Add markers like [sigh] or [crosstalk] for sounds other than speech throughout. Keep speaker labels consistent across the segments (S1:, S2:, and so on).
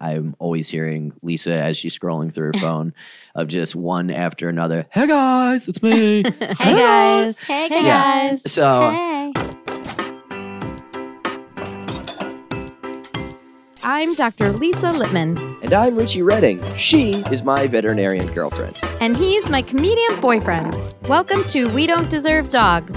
S1: I'm always hearing Lisa as she's scrolling through
S2: [laughs]
S1: her phone of just one after another. Hey guys, it's me.
S2: [laughs]
S1: hey
S2: Hey guys. Hey
S1: Yeah.
S2: guys.
S1: So-
S2: Hey. I'm Dr. Lisa Lippman,
S1: And I'm Richie Redding. She is my veterinarian girlfriend.
S2: and he's my comedian boyfriend. Welcome to We Don't Deserve Dogs.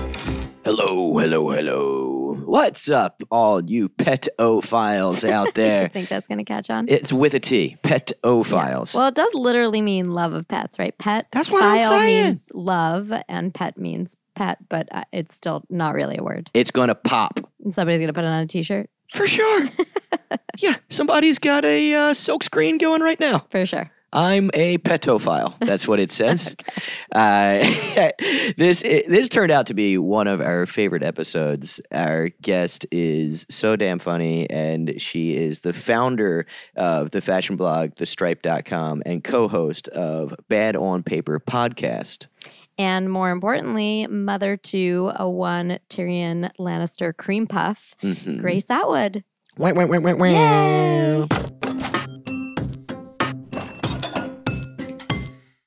S1: Hello, hello, hello. What's up, all you petophiles out
S2: I [laughs]
S1: there?
S2: think that's going to catch on.
S1: it's with a T, petophiles.
S2: Well, it does literally mean love of pets, right? Pet.
S1: That's what I'm
S2: phile
S1: saying.
S2: means love, and pet means pet, but uh, it's still not really a word.
S1: it's going to pop.
S2: And somebody's going to put it on a t shirt
S1: For
S2: [laughs]
S1: sure. yeah, somebody's got a uh, silk screen going right now.
S2: for sure.
S1: I'm a petophile. That's what it
S2: [laughs]
S1: says. uh, [laughs] this this turned out to be one of our favorite episodes. Our guest is so damn funny, and she is the founder of the fashion blog TheStripe.com and co-host of Bad on Paper podcast.
S2: And more importantly, mother to a one Tyrion Lannister cream puff,
S1: Mhm.
S2: Grace Atwood.
S1: Wah, wah, wah, wah, wah.
S2: Yay.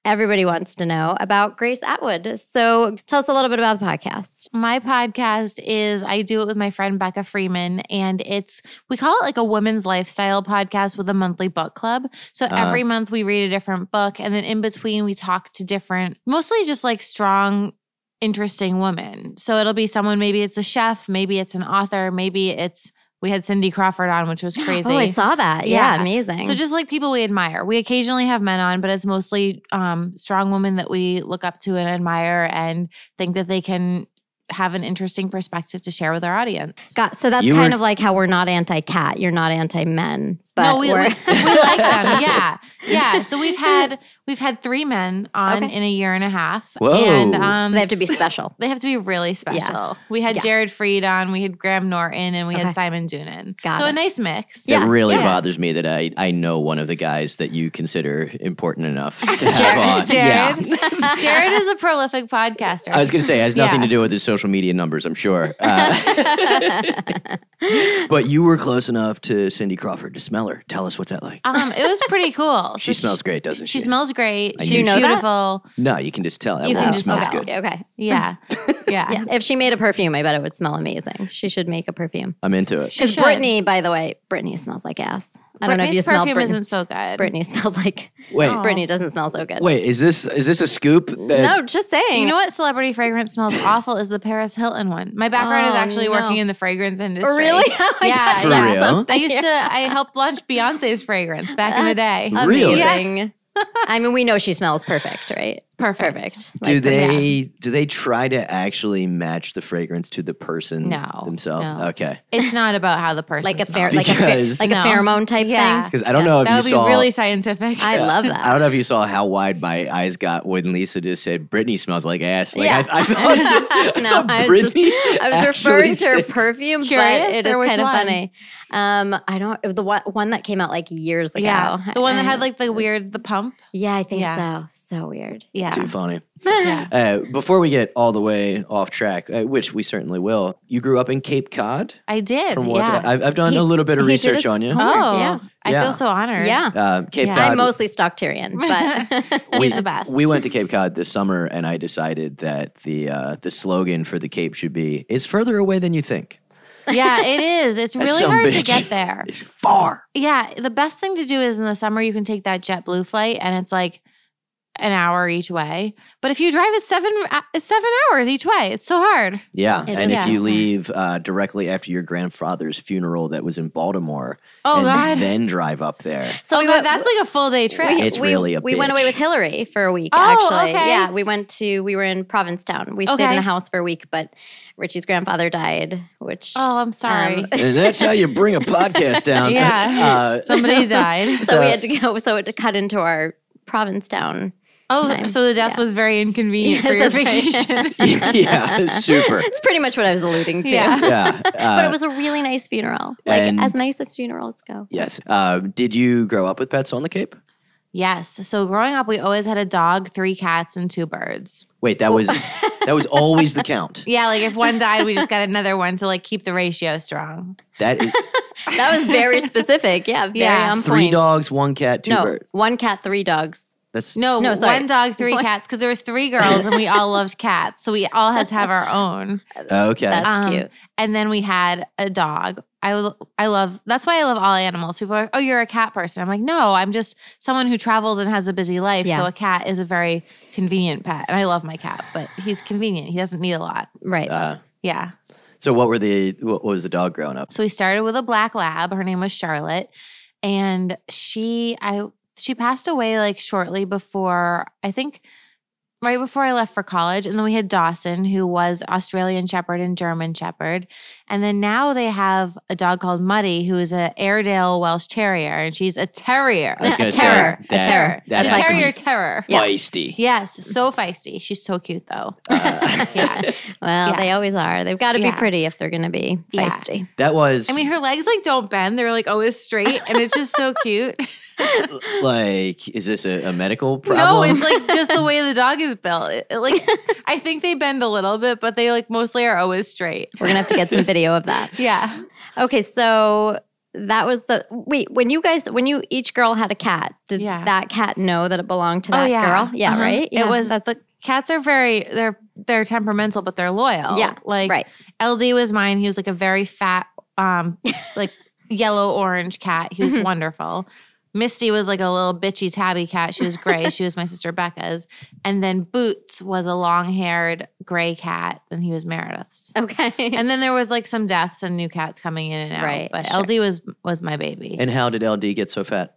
S2: Everybody wants to know about Grace Atwood. So tell us a little bit about the podcast.
S3: My podcast is I do it with my friend Becca Freeman, and it's we call it like a women's lifestyle podcast with a monthly book club. So
S2: Uh.
S1: Uh-huh.
S3: every month we read a different book, and then in between we talk to different, mostly just like strong, interesting women. So it'll be someone, maybe it's a chef, maybe it's an author, maybe it's we had Cindy Crawford
S2: [gasps]
S3: on, which was crazy.
S2: Oh, I saw that. Yeah,
S3: Yeah.
S2: amazing.
S3: So just like people we admire. We occasionally have men on, but it's mostly um, strong women that we look up to and admire and think that they can have an interesting perspective to share with our audience.
S2: Got, so that's
S1: You were-
S2: kind of like how we're not anti cat. You're not anti men, but
S3: no, we, we,
S2: we're, [laughs]
S3: we like them. Yeah. Yeah. So we've had we've had three men on
S2: Okay.
S3: in a year and a half.
S1: Whoa.
S3: And
S1: So
S3: [laughs] um
S2: so they have to be special.
S3: they have to be really special. We had
S2: Yeah.
S3: Jared Freed on, we had Graham Norton, and we
S2: Okay.
S3: had Simon Doonan.
S2: Got
S3: so
S2: it.
S3: a nice mix.
S2: Yeah,
S1: it really
S3: yeah.
S1: bothers me that I, I know one of the guys that you consider important
S3: [laughs]
S1: enough to have on.
S3: Jared,
S1: Yeah.
S3: Jared, [laughs] Jared is a prolific podcaster.
S1: I was going to say it has nothing
S3: Yeah.
S1: to do with his social media numbers, I'm
S3: [laughs]
S1: sure. Uh, but you were close enough to Cindy Crawford to smell her. Tell us what's that like.
S3: Um, it was pretty
S1: [laughs]
S3: cool.
S1: she
S3: So
S1: smells great, doesn't she?
S3: She smells great.
S1: I
S3: She's
S1: knew that.
S3: beautiful.
S1: No, you can just tell that
S3: You can
S1: woman
S3: just
S1: smells
S3: tell.
S1: good.
S2: Okay. [laughs]
S3: Yeah. yeah.
S2: Yeah. If she made a perfume, I bet it would smell amazing. She should make a perfume.
S1: I'm into it.
S3: She
S2: Because
S3: should.
S2: Brittany, by the way, Brittany smells like ass. I don't know if
S3: Britney's
S2: you smell
S3: perfume
S2: Britney.
S3: isn't so good.
S2: Brittany smells like
S1: Wait,
S3: Oh.
S2: Brittany doesn't smell so good.
S1: wait, is this is this a scoop? That,
S2: no, just saying.
S3: You know what celebrity fragrance smells awful is the Paris Hilton one. My background is
S2: Oh,
S3: actually
S2: no. Oh,
S3: working in the fragrance industry.
S2: really? [laughs] I
S3: Yeah.
S2: touched
S1: For
S2: on
S1: real?
S2: something
S3: I used
S2: here.
S3: to
S2: [laughs]
S3: I helped launch Beyonce's fragrance back in the day.
S1: That's Really?
S2: Amazing. [laughs] I mean, we know she smells perfect, right?
S3: Perfect.
S2: Perfect.
S1: do
S2: Like,
S1: they do they try to actually match the fragrance to the person
S3: No,
S1: themselves?
S3: no.
S1: Okay.
S3: It's not about how the person
S2: Like a fair,
S3: smells.
S2: like a
S1: [laughs]
S2: pher-
S1: Because-
S2: like a
S3: No.
S2: pheromone type
S3: Yeah.
S2: thing.
S1: Because I don't know if
S3: that
S1: you
S3: would be
S1: saw
S3: really scientific.
S2: I love that.
S1: I don't know if you saw how wide my eyes got when Lisa just said Britney smells like ass. Like
S2: Yeah.
S1: I,
S2: [laughs]
S1: I thought [laughs]
S2: no, I was, just, [laughs] I was referring to her perfume,
S3: Curious
S2: but it is
S3: or which
S2: kind of
S3: one?
S2: funny. Um, I don't the one, one that came out like years ago.
S3: yeah. The one that
S2: I-
S3: had like the weird the pump.
S2: [laughs] yeah, I think
S3: Yeah.
S2: so. So weird.
S3: Yeah.
S1: Too funny.
S3: yeah.
S1: Uh, before we get all the way off track, uh, which we certainly will, you grew up in Cape Cod.
S3: I did.
S1: From what
S3: yeah.
S1: I've, I've done
S2: He-
S1: a little bit of
S2: he did
S1: research
S2: his
S1: on you.
S2: homework.
S3: Oh,
S2: Yeah.
S3: I
S1: Yeah.
S3: feel so honored.
S2: Yeah,
S1: Uh, Cape
S3: Yeah.
S1: Cod.
S2: I mostly stalk Tyrion,
S3: [laughs]
S2: but
S1: we,
S3: He's the best.
S1: We went to Cape Cod this summer, and I decided that the uh, the slogan for the Cape should be "It's further away than you think."
S3: [laughs] Yeah, it is. It's
S1: That
S3: really
S1: son
S3: hard to
S1: bitch
S3: get there.
S1: It's far.
S3: Yeah, the best thing to do is in the summer you can take that JetBlue flight and it's like an hour each way. But if you drive it's 7 it's 7 hours each way. It's so hard.
S1: Yeah,
S2: It
S1: and
S3: is.
S1: if you
S3: Yeah.
S1: leave uh, directly after your grandfather's funeral that was in Baltimore,
S3: Oh
S1: and
S3: god.
S1: then drive up
S3: [laughs]
S1: there.
S2: so
S3: oh god, that's like a full day trip.
S1: It's really a
S2: we went away
S1: bitch.
S2: with Hillary for a week.
S3: Oh,
S2: actually,
S3: okay.
S2: yeah, we went to we were in Provincetown. We stayed in
S3: Okay.
S2: a house for a week, but Richie's grandfather died, which
S3: oh, I'm sorry.
S1: [laughs]
S2: Um,
S1: And that's how you bring a podcast down.
S2: [laughs]
S3: yeah.
S1: Uh,
S3: [laughs] Somebody died.
S2: so
S1: So-
S2: we had to go. So it cut into our Provincetown.
S3: Oh,
S2: Time.
S3: so the death
S2: Yeah.
S3: was
S2: [laughs]
S3: very inconvenient for your
S2: Yes, that's
S3: vacation.
S2: [laughs] right.
S1: Uh, [laughs] yeah, super.
S2: It's pretty much what I was alluding to.
S3: Yeah.
S1: Yeah.
S2: [laughs]
S3: [laughs]
S2: But it
S1: Uh,
S2: was a really nice funeral, like
S1: and-
S2: as nice as funerals go.
S1: yes. Uh, did you grow up with pets on the Cape?
S3: Yes. So growing up, we always had a dog, three cats, and two birds.
S1: Wait, that was that was always the count.
S3: [laughs] Yeah, like if one died, we just got another one to like keep the ratio strong.
S1: That is
S2: That was
S3: [laughs]
S2: very specific. Yeah, very
S3: Yeah.
S2: on
S1: three
S2: point.
S1: dogs, one cat, two
S2: no,
S1: birds.
S2: one cat, three dogs.
S1: That's
S3: No,
S2: No, sorry.
S3: one dog, three
S2: One-
S3: cats, because there was three girls and we
S2: [laughs]
S3: all loved cats. So we all had to have our own.
S1: okay.
S2: That's
S3: Um,
S2: cute.
S3: And then we had a dog. I will- I love that's why I love all animals. People are, oh, you're a cat person. I'm like, no, I'm just someone who travels and has a busy life.
S2: Yeah.
S3: So a cat is a very convenient pet. And I love my cat, but he's convenient. He doesn't need a lot.
S2: Right.
S1: uh,
S3: Yeah.
S1: so what were the what was the dog growing up?
S3: So we started with a black lab. Her name was Charlotte, and she I she passed away like shortly before I think right before I left for college. And then we had Dawson, who was Australian Shepherd and German Shepherd, and then now they have a dog called Muddy, who is a Airedale Welsh Terrier, and she's a terrier,
S1: I was
S3: a
S1: gonna
S3: terror,
S1: say,
S3: a
S1: that's-
S3: terror,
S1: that's
S3: she's a
S2: like-
S3: terrier terror.
S2: Yeah.
S1: Feisty.
S3: Yes, so feisty. She's so cute though. [laughs]
S1: Uh,
S3: Yeah.
S2: Well,
S3: Yeah.
S2: they always are. They've got to
S3: Yeah.
S2: be pretty if they're going to be
S3: Yeah.
S2: feisty.
S1: that was
S3: I mean, her legs like don't bend; they're like always straight, and it's just so cute.
S1: like is this a, a medical problem?
S3: No, it's like just [laughs] the way the dog is built. It- it, [laughs] like I think they bend a little bit, but they like mostly are always straight.
S2: We're going to have to get some video of that.
S3: Yeah.
S2: Okay, so that was the wait when you guys when you each girl had a cat did
S3: Yeah.
S2: that cat know that it belonged to that girl yeah
S3: Uh-huh.
S2: right Yeah,
S3: it was
S2: that's
S3: the cats are very they're they're temperamental, but they're loyal.
S2: Yeah,
S3: Like
S2: right
S3: LD was mine. He was like a very fat,
S2: [laughs]
S3: um, like yellow orange cat. He was
S2: Mhm.
S3: wonderful. Misty was like a little bitchy tabby cat. She was gray. she
S2: [laughs]
S3: was my sister Becca's. And then Boots was a long haired gray cat, and he was Meredith's.
S2: okay
S3: and then there was like some deaths and new cats coming in and out.
S2: Right,
S3: but
S2: sure.
S3: LD was was my baby.
S1: and how did LD get so fat?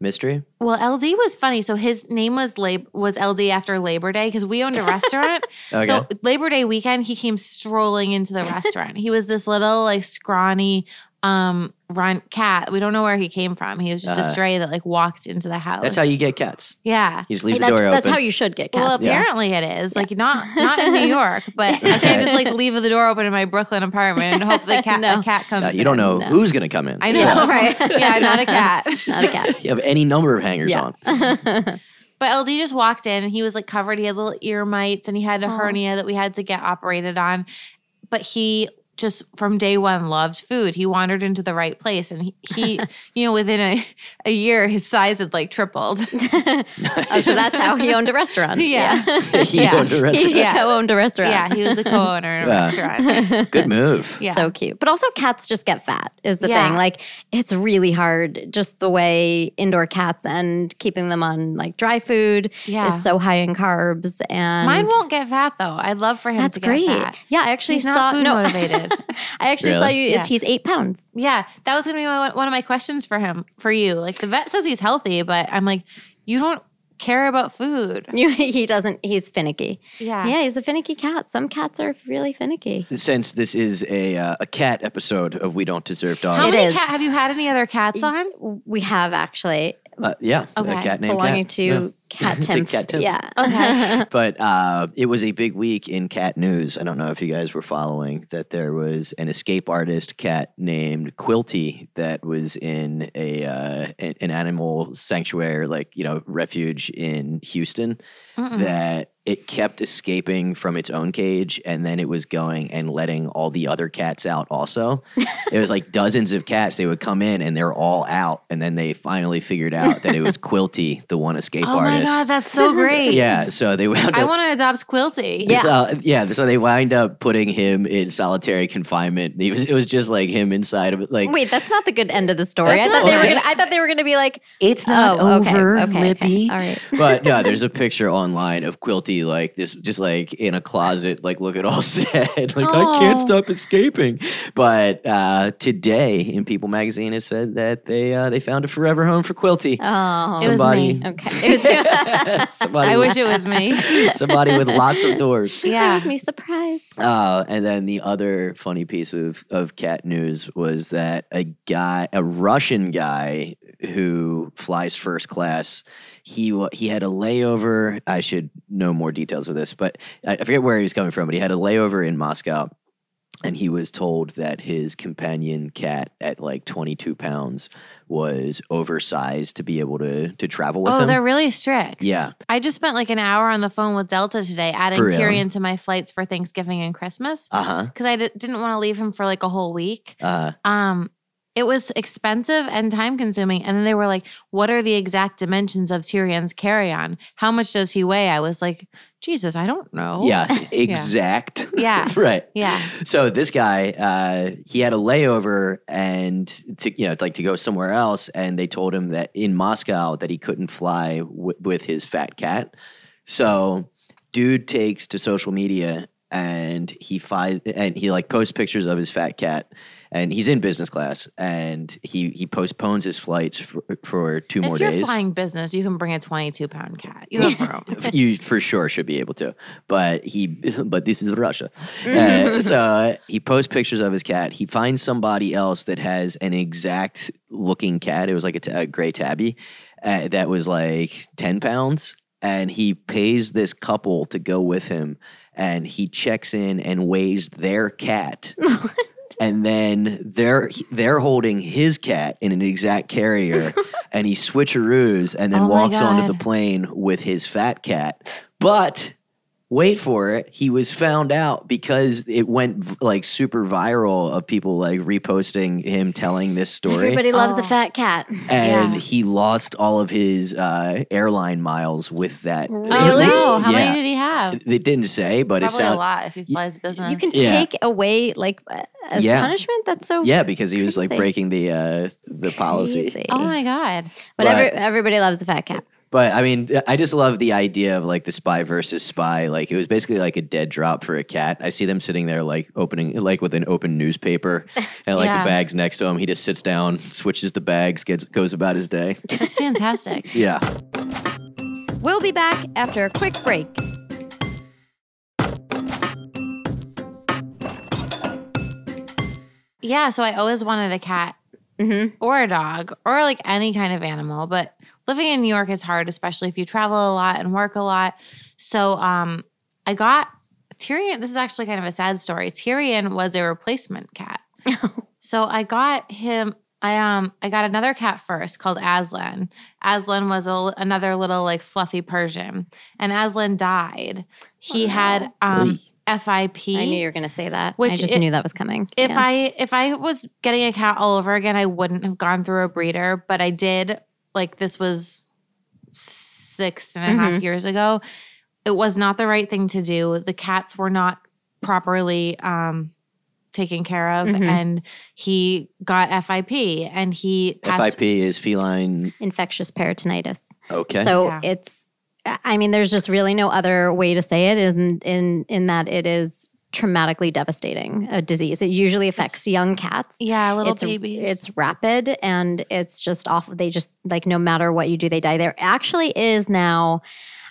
S1: Mystery?
S3: well, LD was funny. So his name was Lab- was LD after Labor Day because we owned a restaurant.
S1: [laughs] Okay.
S3: So Labor Day weekend, he came strolling into the restaurant. he was this little like scrawny um runt cat. We don't know where he came from. He was just
S1: Uh-huh.
S3: a stray that like walked into the house.
S1: That's how you get cats.
S3: Yeah.
S1: You just leave the
S2: that's,
S1: door
S2: that's
S1: open.
S2: how you should get cats
S3: Well,
S1: Yeah.
S3: apparently it is like [laughs] not not in New York, but I can't just like leave the door open in my Brooklyn apartment and hope [laughs] the cat
S2: No.
S3: a cat comes.
S1: No, you don't
S3: in.
S1: know
S2: No.
S1: who's gonna come in.
S3: I know,
S1: Yeah.
S3: right? [laughs] Yeah, not a cat.
S2: not
S1: [laughs]
S2: a cat
S1: You have any number of hangers
S2: yeah
S1: on.
S3: [laughs]
S1: [laughs]
S3: But LD just walked in and he was like covered. He had little ear mites and he had a
S2: Aw.
S3: hernia that we had to get operated on. But he just from day one loved food. He wandered into the right place and he, [laughs] he you know, within a, a year, his size had like [laughs] tripled.
S2: oh, so that's how he owned a restaurant
S3: [laughs] Yeah.
S1: he
S3: Yeah.
S1: owned a restaurant.
S2: he
S3: Yeah.
S2: co-owned a restaurant
S3: yeah, he was a co owner in a
S1: Yeah.
S3: restaurant. [laughs]
S1: Good move.
S3: Yeah.
S2: So cute. But also, cats just get fat, is the
S3: Yeah.
S2: thing. Like, it's really hard just the way indoor cats and keeping them on like dry food
S3: Yeah.
S2: is so high in carbs. And
S3: Mine won't get fat though. I'd love for him
S2: That's
S3: to get
S2: great.
S3: fat.
S2: Yeah, I actually
S3: He's
S2: saw.
S3: not food
S2: no,
S3: [laughs] motivated.
S2: I actually saw
S1: Really?
S2: you. It's
S3: Yeah.
S2: he's eight pounds. [laughs]
S3: Yeah, that was gonna be my, one of my questions for him, for you. Like the vet says he's healthy, but I'm like, you don't care about food.
S2: You, he doesn't. He's finicky.
S3: Yeah,
S2: Yeah, he's a finicky cat. Some cats are really finicky.
S1: Since this is a uh, a cat episode of We Don't Deserve Dogs,
S3: How
S2: It
S3: many
S2: is.
S3: cat have you had any other cats on?
S2: We have actually
S1: Uh, yeah, a
S3: Okay.
S1: cat named
S2: belonging
S1: Cat.
S2: to
S1: Yeah. [laughs]
S2: Cat
S1: Big
S2: Tim.
S1: Cat Timf.
S2: Yeah.
S3: [laughs]
S1: [laughs]
S2: Oh,
S3: Okay.
S1: But uh, it was a big week in cat news. I don't know if you guys were following that there was an escape artist cat named Quilty that was in a uh, an an animal sanctuary, like you know, refuge in Houston.
S3: Mm-mm.
S1: that it kept escaping from its own cage and then it was going and letting all the other cats out
S3: [laughs]
S1: also it was like dozens of cats they would come in and they're all out and then they finally figured out that it
S3: [laughs]
S1: was quilty the one escape
S3: oh
S1: artist
S3: my god, that's
S1: [laughs]
S3: so great.
S1: yeah so they wound
S3: I
S1: up
S3: want to adopt Quilty.
S2: Yeah.
S1: so, uh, yeah. So they wind up putting him in solitary confinement. He was, it was just like him inside of it. Like
S2: Wait, that's not the good end of the story. I
S1: That's
S2: thought,
S1: not
S2: they
S1: the
S2: were
S1: good-
S2: gonna, I thought they were going to be like,
S1: it's not
S2: oh, okay,
S1: over,
S2: okay,
S1: Lippy.
S2: Okay. All right.
S1: but no, there's a picture online of Quilty like this, just like in a closet, like look at all [laughs] sad, like I can't
S3: Oh.
S1: stop escaping. But uh, today in People Magazine, it said that they uh, they found a forever home for
S2: [laughs]
S1: Quilty. [laughs]
S2: Oh,
S3: It was
S1: somebody,
S3: me.
S2: okay.
S1: [laughs]
S2: It was,
S1: somebody,
S3: I
S1: [laughs] with-
S3: wish it was me.
S1: somebody with lots of doors.
S2: yeah. it
S3: Yeah.
S2: was me surprised.
S1: Uh, and then the other funny piece of, of cat news was that a guy, a Russian guy who flies first class, he wa- he had a layover. I should know more details of this, but I, I forget where he was coming from. But he had a layover in Moscow, and he was told that his companion cat at like 22 pounds was oversized to be able to to travel with
S3: oh,
S1: him.
S3: they're really strict.
S1: Yeah.
S3: I just spent like an hour on the phone with Delta today, adding
S1: For real?
S3: Tyrion to my flights for Thanksgiving and Christmas
S1: uh-huh.
S3: because I d- didn't want to leave him for like a whole week.
S1: Uh
S3: Um, it was expensive and time consuming. And then they were like, What are the exact dimensions of Tyrion's carry on? How much does he weigh? I was like, Jesus, I don't know. [laughs]
S1: yeah, exact.
S3: Oh, Yeah.
S1: [laughs] right.
S3: Yeah.
S1: So this guy, uh, he had a layover and to, you know, like to go somewhere else, and they told him that in Moscow that he couldn't fly w- with his fat cat. So, dude takes to social media and he fi- and he like posts pictures of his fat cat, and he's in business class, and he he postpones his flights for, for two more
S3: if you're
S1: days.
S3: flying business, you can bring a 22 pound cat.
S1: [laughs]
S3: You have room.
S1: you for sure should be able to. But he, [laughs] but this is Russia. Uh, so uh, he posts pictures of his cat. He finds somebody else that has an exact looking cat. It was like a, t- a gray tabby uh, that was like 10 pounds. And he pays this couple to go with him. And he checks in and weighs their
S3: [laughs]
S1: cat. And then they're they're holding his cat in an exact
S3: [laughs]
S1: carrier, and he switcheroos and then
S3: Oh my
S1: walks onto
S3: God.
S1: the plane with his fat cat. But wait for it, he was found out because it went v- like super viral of people like reposting him telling this story.
S2: Everybody loves a
S3: Oh.
S2: fat cat.
S1: and
S3: Yeah.
S1: he lost all of his uh, airline miles with that.
S2: Really?
S3: Oh, no. How
S1: Yeah.
S3: many did he have?
S1: They didn't say, but
S3: Probably
S1: it
S3: a
S1: sounds
S3: lot if he flies business.
S2: You can
S1: Yeah.
S2: take away like uh, as
S1: Yeah.
S2: punishment. That's so
S1: yeah, because he was like
S2: Crazy.
S1: breaking the uh, the policy.
S2: crazy.
S3: oh my God.
S2: but
S1: But-
S2: every, everybody loves a fat cat.
S1: But I mean, I just love the idea of like the spy versus spy. Like it was basically like a dead drop for a cat. I see them sitting there like opening, like with an open
S3: [laughs]
S1: newspaper, and like
S3: Yeah.
S1: the bags next to him. He just sits down, switches the bags, gets goes about his
S3: [laughs]
S1: day. [laughs]
S3: That's fantastic.
S1: Yeah.
S2: We'll be back after a quick break.
S3: yeah. So I always wanted a cat
S2: Mm-hmm.
S3: or a dog or like any kind of animal, but living in New York is hard, especially if you travel a lot and work a lot. So um I got Tyrion. This is actually kind of a sad story. Tyrion was a replacement
S2: [laughs]
S3: cat. so I got him I um I got another cat first called Aslan. Aslan was a, another little like fluffy Persian, and Aslan died. He
S2: Oh,
S3: had um, FIP.
S2: I knew you were going to say that. I
S3: Which
S2: just
S3: it-
S2: knew that was coming.
S3: If
S2: Yeah.
S3: I if I was getting a cat all over again, I wouldn't have gone through a breeder, but I did. Like this was six and a half
S2: Mm-hmm.
S3: years ago. It was not the right thing to do. The cats were not properly um, taken care of,
S2: Mhm.
S3: and he got FIP, and he passed.
S1: FIP is feline.
S2: infectious peritonitis.
S1: Okay.
S2: So
S3: Yeah.
S2: it's, I mean, there's just really no other way to say it. In in in that it is traumatically devastating a disease. It usually affects young cats.
S3: Yeah, little
S2: it's,
S3: babies.
S2: It's rapid and it's just awful. They just like no matter what you do, they die. There actually is now.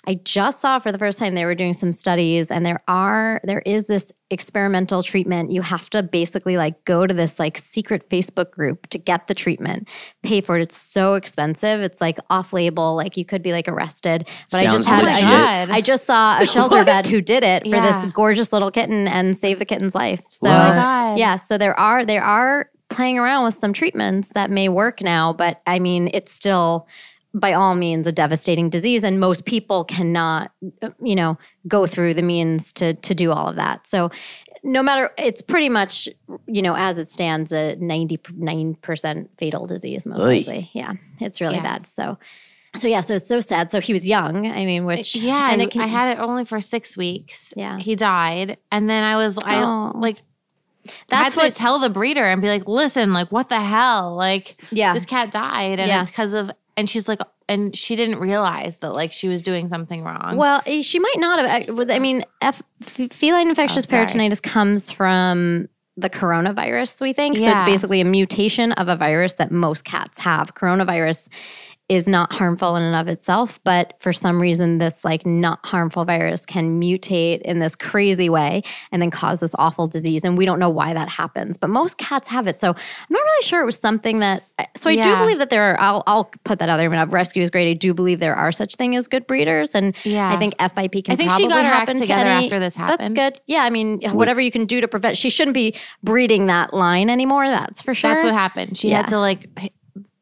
S2: I just saw for the first time they were doing some studies, and there are there is this experimental treatment. You have to basically like go to this like secret Facebook group to get the treatment, pay for it. It's so expensive. It's like off label. Like you could be like arrested. But I
S1: Sounds
S2: just had I
S1: legit.
S2: just
S3: God.
S2: I just saw a shelter vet who did it for
S3: Yeah.
S2: this gorgeous little kitten and saved the kitten's life. So
S3: oh my
S1: What?
S3: god.
S2: yeah, so there are there are playing around with some treatments that may work now, but I mean, it's still by all means a devastating disease and most people cannot you know go through the means to to do all of that. So no matter it's pretty much you know as it stands a 99% fatal disease most
S1: Oy.
S2: likely. Yeah. It's really
S3: Yeah.
S2: bad. So so yeah, so it's so sad. So he was young. I mean, which
S3: Yeah,
S2: and it can
S3: I had it only for six weeks.
S2: Yeah.
S3: he died, and then I was I
S2: Oh.
S3: like
S2: That's
S3: that's had to
S2: what-
S3: tell the breeder and be like, listen, like what the hell, like
S2: yeah.
S3: this cat died, and
S2: Yeah.
S3: it's because of and she's like, and she didn't realize that like she was doing something wrong.
S2: Well, eh, she might not have. I- was- I mean, F, f- feline infectious
S3: Oh, sorry.
S2: peritonitis comes from the coronavirus, we think. So it's
S3: Yeah.
S2: basically a mutation of a virus that most cats have. Coronavirus is not harmful in and of itself, but for some reason, this like not harmful virus can mutate in this crazy way and then cause this awful disease. And we don't know why that happens, but most cats have it. So I'm not really sure it was something that. eh, So I do
S3: Yeah.
S2: believe that there are. I'll, I'll put that out there. I mean, rescue is great. I do believe there are such thing as good breeders, and
S3: Yeah.
S2: I think FIP can.
S3: I think she
S2: probably
S3: got her
S2: happen
S3: act
S2: to
S3: together
S2: any-
S3: after this happened.
S2: That's good. Yeah, I mean, whatever you can do to prevent, she shouldn't be breeding that line anymore. That's for sure.
S3: That's what happened. She
S2: Yeah.
S3: had to like h-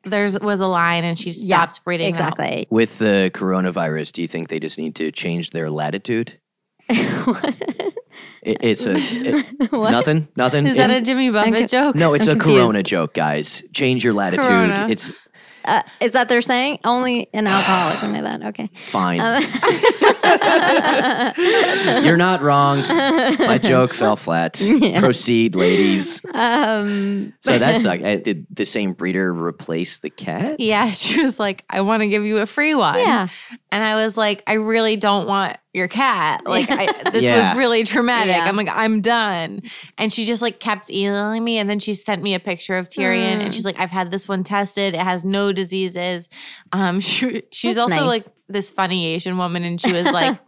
S3: there's was a line and she
S2: Yeah,
S3: stopped breeding. them out.
S2: Exactly.
S1: With the coronavirus, do you think they just need to change their
S3: [laughs]
S1: latitude? It, it's a it-
S3: [laughs]
S2: What?
S1: nothing, nothing.
S3: Is
S1: It's-
S3: that a Jimmy Buffett joke?
S1: no, it's
S2: I'm [laughs]
S1: a
S2: confused.
S1: corona joke, guys. Change your latitude.
S3: Corona.
S1: It's
S2: Uh, is that they're saying only an alcoholic would know that? Okay.
S1: fine.
S3: Um,
S1: [laughs] You're not wrong. My joke fell
S3: [laughs]
S1: flat. Proceed, ladies.
S2: Um,
S1: So that's like, uh, did the same breeder replace the cat?
S3: Yeah, she was like, I want to give you a free one.
S2: yeah.
S3: And I was like, I really don't want your cat. Like,
S2: [laughs]
S3: I, this
S1: Yeah.
S3: was really traumatic.
S2: Yeah.
S3: I'm like, I'm done. And she just like kept emailing me. And then she sent me a picture of Tyrion.
S2: Mm.
S3: And she's like, I've had this one tested. It has no diseases. Um, [laughs] she, she's
S2: That's
S3: also
S2: nice.
S3: like this funny Asian woman. And
S2: [laughs]
S3: she was like,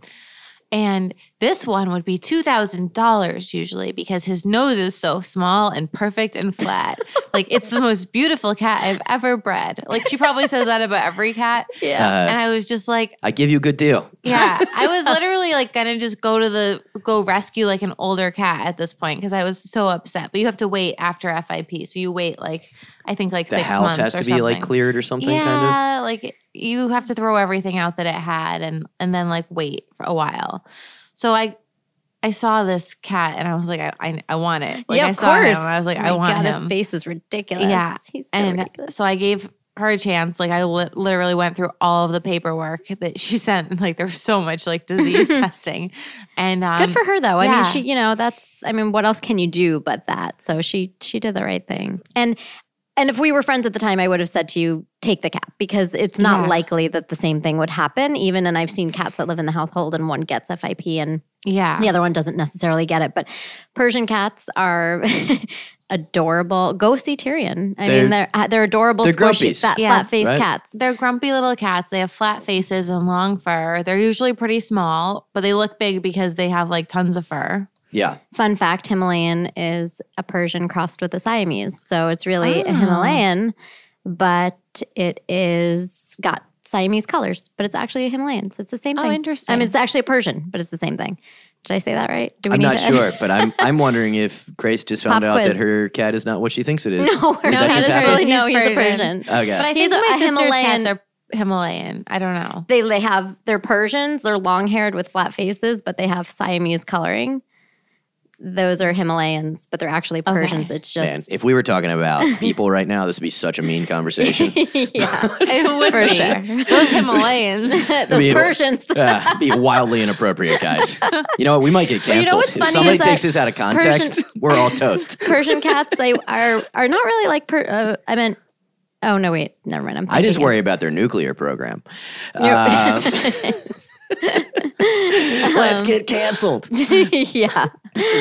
S3: and this one would be $2,000 usually because his nose is so small and perfect and flat. like, it's the most beautiful cat I've ever bred. Like, she probably says that about every cat.
S2: [laughs] Yeah.
S1: Uh,
S3: And I was just like,
S1: I give you a good deal.
S3: yeah,
S1: [laughs]
S3: I was literally like gonna just go to the go rescue like an older cat at this point because I was so upset. But you have to wait after FIP, so you wait like I think like
S1: The
S3: six
S1: house
S3: months
S1: has to
S3: or
S1: be
S3: something.
S1: like cleared or something,
S3: yeah,
S1: kind of.
S3: like you have to throw everything out that it had and and then like wait for a while. So I I saw this cat and I was like I I, I want it. Like
S2: yeah,
S3: I
S2: of
S3: saw
S2: course.
S3: him. I was like
S2: Oh
S3: I
S2: my
S3: want
S2: God,
S3: him.
S2: His face is ridiculous.
S3: Yeah.
S2: He's so
S3: and
S2: ridiculous.
S3: so I gave her a chance. Like I li- literally went through all of the paperwork that she [laughs] sent. Like there was so much
S2: [laughs]
S3: like disease testing, and um,
S2: Good for her though. I
S3: yeah.
S2: mean, she, you know, that's I mean, what else can you do but that? So she she did the right thing. And and if we were friends at the time, I would have said to you, take the cat because it's not
S3: Yeah.
S2: likely that the same thing would happen. Even and I've seen cats that live in the household and one gets FIP and
S3: yeah,
S2: the other one doesn't necessarily get it. But Persian cats are [laughs] adorable. Go see Tyrion. I
S1: They're-
S2: mean, they're uh, they're adorable,
S1: they're
S2: squishy,
S1: grumpies.
S2: fat,
S3: Yeah.
S2: flat faced
S1: Right.
S2: cats.
S3: They're grumpy little cats. They have flat faces and long fur. They're usually pretty small, but they look big because they have like tons of fur.
S1: Yeah.
S2: Fun fact Himalayan is a Persian crossed with a Siamese. So it's really
S3: Oh.
S2: a Himalayan, but it is got Siamese colors, but it's actually a Himalayan. So it's the same
S3: Oh,
S2: thing.
S3: interesting.
S2: I mean, it's actually a Persian, but it's the same thing. Did I say that right? Do
S1: I'm not
S3: [laughs]
S1: sure, but I'm I'm wondering if Grace just found
S2: Pop
S1: out that
S2: quiz.
S1: her cat is not what she thinks it is.
S2: [laughs] no, we're
S1: Did
S2: not.
S1: that just happen?
S2: Really,
S3: He's
S2: no, he's a
S3: Persian.
S2: Persian.
S1: Okay.
S3: But I
S2: He's
S3: think
S2: a-
S3: my
S2: a
S3: sister's
S2: Himalayan.
S3: cats are Himalayan. I
S2: [laughs]
S3: don't know.
S2: They, they have, they're Persians, they're long haired with flat faces, but they have Siamese coloring. Those are Himalayans, but they're actually Persians. It's
S1: Man,
S2: just,
S1: if we were talking
S3: [laughs]
S1: about people right now, this would be such a mean conversation.
S2: [laughs] yeah,
S3: [laughs] It would
S2: for
S3: be.
S2: sure.
S3: Those [laughs] Himalayans.
S2: Those
S1: mean,
S2: Persians.
S1: Yeah, it'd Ah, be wildly inappropriate, guys. You know what? We might get
S2: you know
S1: canceled.
S2: what's
S1: if
S2: funny
S1: somebody
S2: is that
S1: takes this out of context, we're all toast.
S2: [laughs] Persian cats they are are not really like per, uh, I meant oh no wait never mind I'm
S1: I just
S2: thinking-
S1: worry about their nuclear program.
S2: You're- [laughs]
S1: Uh, [laughs]
S2: Um,
S1: let's get canceled.
S2: [laughs] yeah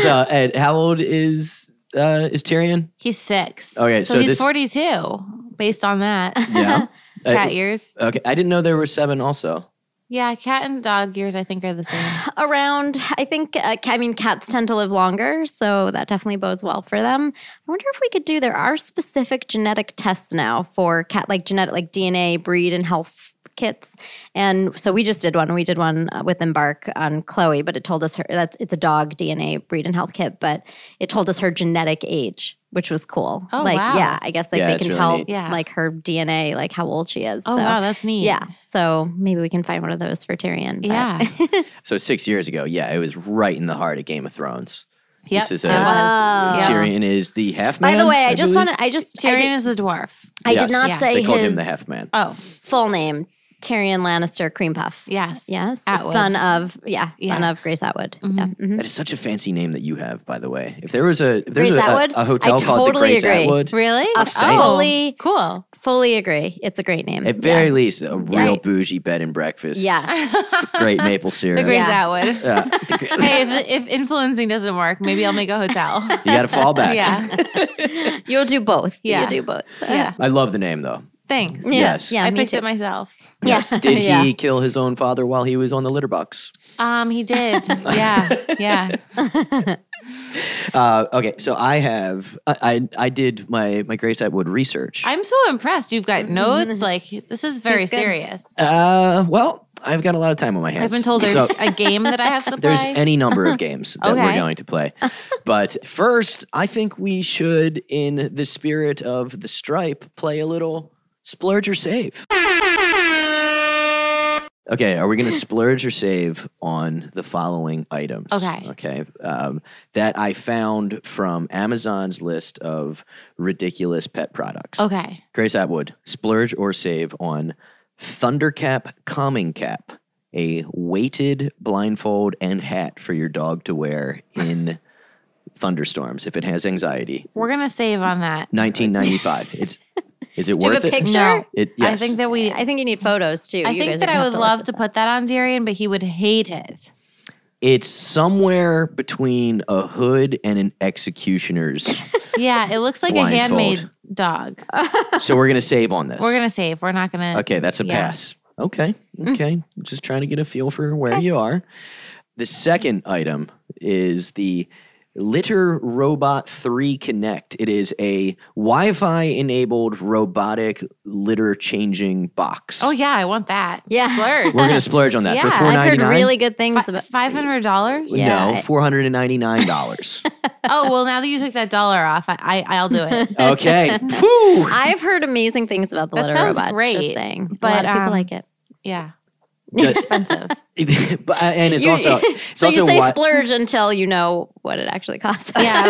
S1: So, and how old is uh, is Tyrion?
S3: He's six.
S1: Okay,
S3: so,
S1: so
S3: he's
S1: this-
S3: 42 based on that.
S2: [laughs]
S3: [laughs]
S1: Yeah. Uh,
S3: cat years.
S1: okay, I didn't know there were seven. Also,
S3: Yeah, cat and dog years I think are the same.
S2: around I think uh, ca- I mean cats tend to live longer so that definitely bodes well for them I wonder if we could do there are specific genetic tests now for cat like genetic like DNA breed and health kits and so we just did one we did one uh, with embark on chloe but it told us her that's it's a dog dna breed and health kit but it told us her genetic age which was cool
S3: Oh,
S2: like
S3: wow.
S2: yeah i guess like
S1: Yeah,
S2: they
S1: that's
S2: can
S1: really
S2: tell
S1: neat.
S3: Yeah.
S2: like her dna like how old she is
S3: Oh
S2: so
S3: wow, that's neat.
S2: yeah so maybe we can find one of those for tyrion but- [laughs]
S3: Yeah.
S1: so six years ago. Yeah, it was right in the heart of Game of Thrones.
S3: Yep.
S1: This is
S3: it
S1: a-
S3: was.
S2: Yeah.
S1: Tyrion is the half
S2: By
S1: man.
S2: the way, I, just want
S1: believe?
S2: to. I just Oh. I
S3: Tyrion
S2: did,
S3: is the dwarf.
S2: I did
S1: Yes.
S2: not
S3: Yeah.
S2: say
S1: They
S2: his
S1: called him the half man.
S3: Oh,
S2: full name, Tyrion Lannister Creampuff.
S3: yes.
S2: Yes,
S3: Atwood.
S2: son of yeah, son
S3: Yeah.
S2: of Grace Atwood.
S3: Mhm.
S2: Yeah, mhm.
S1: That is such a fancy name that you have, by the way. If there was a if there's
S2: Grace
S1: a,
S2: Atwood?
S1: a hotel
S2: I
S1: called
S2: totally
S1: the Grace
S2: agree.
S1: Atwood,
S3: Really?
S2: A
S1: Abstain.
S2: fully,
S3: cool.
S2: [laughs] fully agree. It's a great name.
S1: at
S2: Yeah.
S1: very least, a real
S2: Right.
S1: bougie bed and breakfast.
S2: Yes. [laughs]
S1: great maple syrup.
S3: the Grey's
S2: Yeah.
S3: Atwood.
S1: [laughs] Yeah. The gra-
S3: hey, if, if influencing doesn't work, maybe I'll make a
S2: [laughs]
S3: hotel.
S1: you got to fall back.
S3: yeah.
S2: You'll do both. [laughs]
S3: Yeah.
S2: You'll do both.
S3: Yeah.
S1: I love the name though.
S3: Thanks.
S2: Yeah.
S1: Yes.
S2: Yeah.
S3: I
S2: me
S3: picked
S2: too.
S3: it myself.
S2: Yeah.
S1: Yes. Did
S2: [laughs] Yeah.
S1: he kill his own father while he was on the litter box?
S3: Um, he did.
S1: [laughs]
S3: yeah. Yeah.
S1: Uh, okay, so I have I I, I did my my Grace Atwood research.
S3: I'm so impressed. You've got notes. Like this is very
S2: Mm-hmm. He's good.
S3: serious.
S1: uh, well, I've got a lot of time on my hands.
S3: I've been told there's
S1: So-
S3: a game that I have
S1: [laughs]
S3: to
S1: There's
S3: play.
S1: any number
S3: [laughs]
S1: of games that we're
S3: Okay.
S1: going to play. But first, I think we should, in the spirit of the stripe, play a little splurge or save. Okay, are we
S3: [laughs]
S1: going to splurge or save on the following items?
S3: Okay.
S1: Okay. Um, that I found from Amazon's list of ridiculous pet products.
S3: okay.
S1: Grace Atwood, splurge or save on Thundercap Calming Cap, a weighted blindfold and hat for your dog to wear in [laughs] thunderstorms if it has anxiety.
S3: We're gonna save on that.
S1: 1995.
S2: [laughs]
S1: it's is it
S2: Do you have
S1: worth
S2: a
S1: it?
S2: picture?
S3: No.
S1: It- yes.
S3: I think that we
S2: I think you need photos too.
S3: I
S2: You
S3: think
S2: guys are
S3: that
S2: gonna
S3: I
S2: have
S3: would
S2: look
S3: love
S2: this
S3: to put that on Darian, but he would hate it.
S1: it's somewhere between a hood and an
S2: [laughs]
S1: executioner's.
S3: Yeah, it looks like a
S1: Blindfold.
S3: handmade dog.
S1: so we're gonna save on this.
S3: We're gonna save. We're not gonna.
S1: Okay, that's a
S3: Yeah.
S1: pass. Okay,
S2: Mm.
S1: okay. Just trying to get a feel for where you are. The second item is the Litter Robot 3 Connect. It is a Wi Fi enabled robotic litter changing box.
S3: Oh yeah, I want that.
S2: Yeah.
S3: Splurge.
S1: We're going to splurge on that for
S3: Yeah,
S1: four
S2: up.
S1: ninety
S2: I've heard
S1: nine.
S2: really good things about.
S3: Five hundred dollars.
S2: Yeah.
S1: No, four hundred and ninety nine
S2: [laughs]
S1: dollars.
S3: Oh well, now that you took that dollar off, I, I I'll
S2: [laughs]
S3: do it.
S1: okay, Whew.
S2: I've heard amazing things about the
S3: That
S2: litter
S3: sounds
S2: robot.
S3: great,
S2: Just saying,
S3: but,
S2: a lot of
S3: um,
S2: people like it.
S3: Yeah,
S1: Just-
S3: expensive.
S1: [laughs] But- and it's
S2: You- [laughs]
S1: also it's
S2: so
S1: also
S2: you say
S1: wi-
S2: splurge until you know what it actually costs.
S3: Yeah, it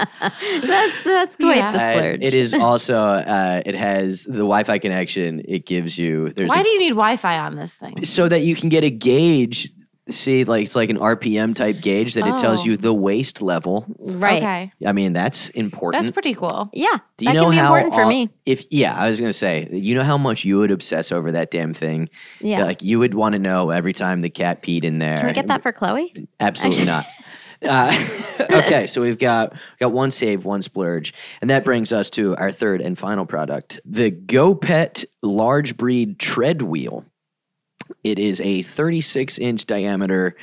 S2: [laughs] that's that's quite
S3: Yeah.
S2: the
S1: uh,
S2: splurge.
S1: it
S2: [laughs]
S1: is also uh, it has the Wi-Fi connection. It gives you there's a
S3: Why do you need Wi-Fi on this thing?
S1: so that you can get a gauge. See, like it's like an RPM type gauge that it tells
S3: Oh.
S1: you the waist level.
S2: right.
S3: Okay,
S1: I mean, that's important.
S3: that's pretty cool.
S2: Yeah,
S1: Do you
S2: that
S1: know
S2: can be
S1: how
S2: important for
S1: all-
S2: me.
S1: If yeah, I was gonna say, you know how much you would obsess over that damn thing.
S2: Yeah.
S1: like you would want to know every time the cat peed in there.
S2: Can we get that for Chloe?
S3: [laughs]
S1: Absolutely not. Uh, [laughs] okay, so we've got got one save, one splurge, and that brings us to our third and final product, the GoPet Large Breed Tread Wheel. It is a 36 inch diameter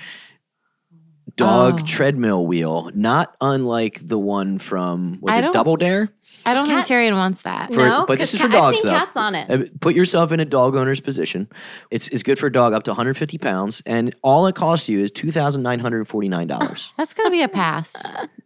S1: dog
S3: Oh.
S1: treadmill wheel, not unlike the one from was
S3: I
S1: it
S3: don't-
S1: Double Dare?
S3: I don't
S2: Cat-
S3: think Tyrion wants that.
S1: For-
S2: no,
S1: but this
S2: 'cause
S1: is for
S2: ca-
S1: dogs,
S2: I've seen
S1: though.
S2: cats on it.
S1: Uh, Put yourself in a dog owner's position. It's it's good for a dog up to 150 pounds, and all it costs you is two thousand nine hundred forty nine
S3: [laughs]
S1: dollars.
S3: That's gonna be a pass.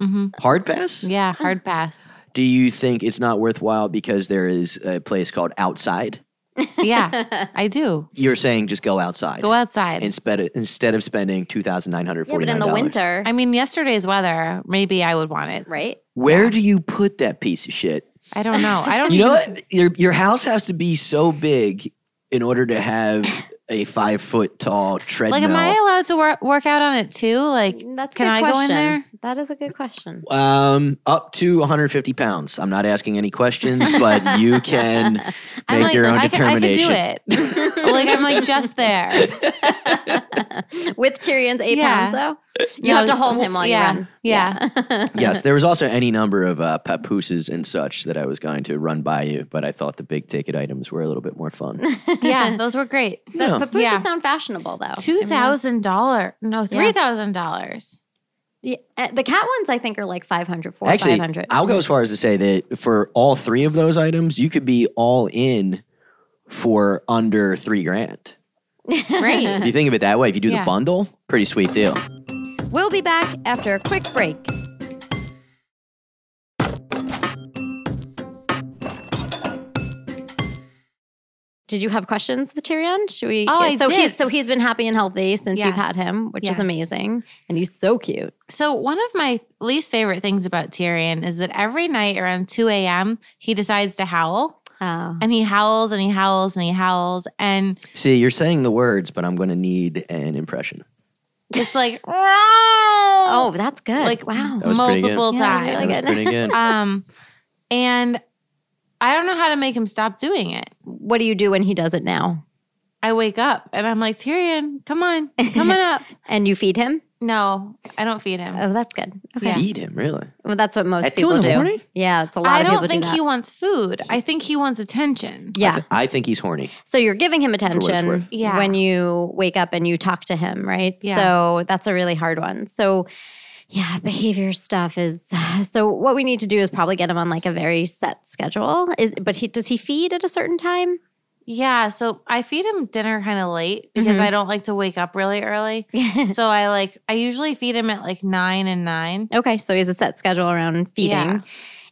S3: hmm
S1: Hard pass?
S3: Yeah, hard pass.
S1: Do you think it's not worthwhile because there is a place called outside?
S2: [laughs]
S3: Yeah, I do.
S1: You're saying just go outside
S3: Go outside.
S1: instead of, instead of spending two thousand nine hundred
S2: Yeah,
S1: forty
S2: but in
S1: nine
S2: the
S1: dollars.
S2: winter,
S3: I mean, yesterday's weather. Maybe I would want it.
S2: right?
S1: where do you put that piece of
S3: [laughs]
S1: shit?
S3: I don't know. I don't.
S1: You know
S3: even,
S1: what? Your your house has to be so big in order to have a five foot tall treadmill.
S3: Like, am I allowed to wor- work out on it too? Like,
S2: Mm, That's a
S3: can
S2: good
S3: I
S2: question.
S3: go in there?
S2: That is a
S1: [laughs]
S2: good question.
S1: um, up to 150 pounds. I'm not asking any questions,
S3: [laughs]
S1: but you can make
S3: I'm like,
S1: your own
S3: I, can, I can
S1: determination.
S3: do it. [laughs] like, I'm
S1: [laughs]
S3: like just there.
S2: With Tyrion's eight
S3: Yeah.
S2: pounds, though, you have to hold him while
S3: yeah,
S2: you run.
S3: Yeah.
S1: yes, there was also any number of uh, papooses and such that I was going to run by you, but I thought the big ticket items were a little bit more
S2: [laughs]
S1: fun.
S3: [laughs] yeah. Those were great.
S2: Oh,
S1: Yeah.
S2: Papooses
S3: Yeah.
S2: sound fashionable though.
S3: Two thousand dollar. No,
S2: Yeah.
S3: three thousand dollars.
S2: Yeah, uh, the cat ones I think are like 500, four,
S1: Actually,
S2: 500.
S1: I'll
S2: [laughs]
S1: go as far as to say that for all three of those items, you could be all in for under three grand. If
S3: [laughs]
S2: [laughs]
S3: Great.
S1: you think of it that way, if you do the
S3: Yeah.
S1: bundle, pretty sweet deal.
S2: We'll be back after a quick break. Did you have questions, the Tyrion? Should we?
S3: Oh, I
S2: so
S3: did.
S2: he's so he's been happy and healthy since you've had
S3: Yes.
S2: him, which is
S3: Yes.
S2: amazing, and he's so cute.
S3: so one of my least favorite things about Tyrion is that every night around two a.m. he decides to howl.
S2: Oh.
S3: And he howls and he howls and he howls and
S1: See, you're saying the words, but I'm going to need an impression.
S3: it's like
S2: [laughs]
S3: oh
S2: Oh, that's good.
S3: Like,
S2: wow.
S1: That was pretty good.
S3: multiple
S2: Yeah, that was
S3: times.
S2: really
S1: That's
S2: good.
S1: pretty good.
S3: um, and I don't know how to make him stop doing it.
S2: What do you do when he does it now?
S3: I wake up and I'm like, Tyrion, come on, come on up.
S2: And you feed him?
S3: [laughs] No, I don't feed him.
S2: Oh, that's good. [laughs] Okay.
S3: Yeah.
S1: Feed him, really?
S2: Well, that's what most
S1: At two
S2: people
S1: in the
S2: do.
S1: morning?
S2: Yeah, it's a lot
S3: I
S2: of people
S3: don't
S2: do
S3: think
S2: that.
S3: he wants food. I think he wants attention.
S2: Yeah.
S1: I, th- I think he's horny.
S2: So you're giving him
S1: what it's worth.
S2: attention
S3: Yeah.
S2: when you wake up and you talk to him, right?
S3: Yeah.
S2: So that's a really hard one. So yeah, behavior stuff is [sighs] so what we need to do is probably get him on like a very set schedule. Is but he does he feed at a certain time?
S3: Yeah, so I feed him dinner kind of late because
S2: Mhm.
S3: I don't like to wake up really [laughs] early. so I like I usually feed him at like 9 and 9.
S2: [laughs] okay, so he has a set schedule around feeding.
S3: Yeah.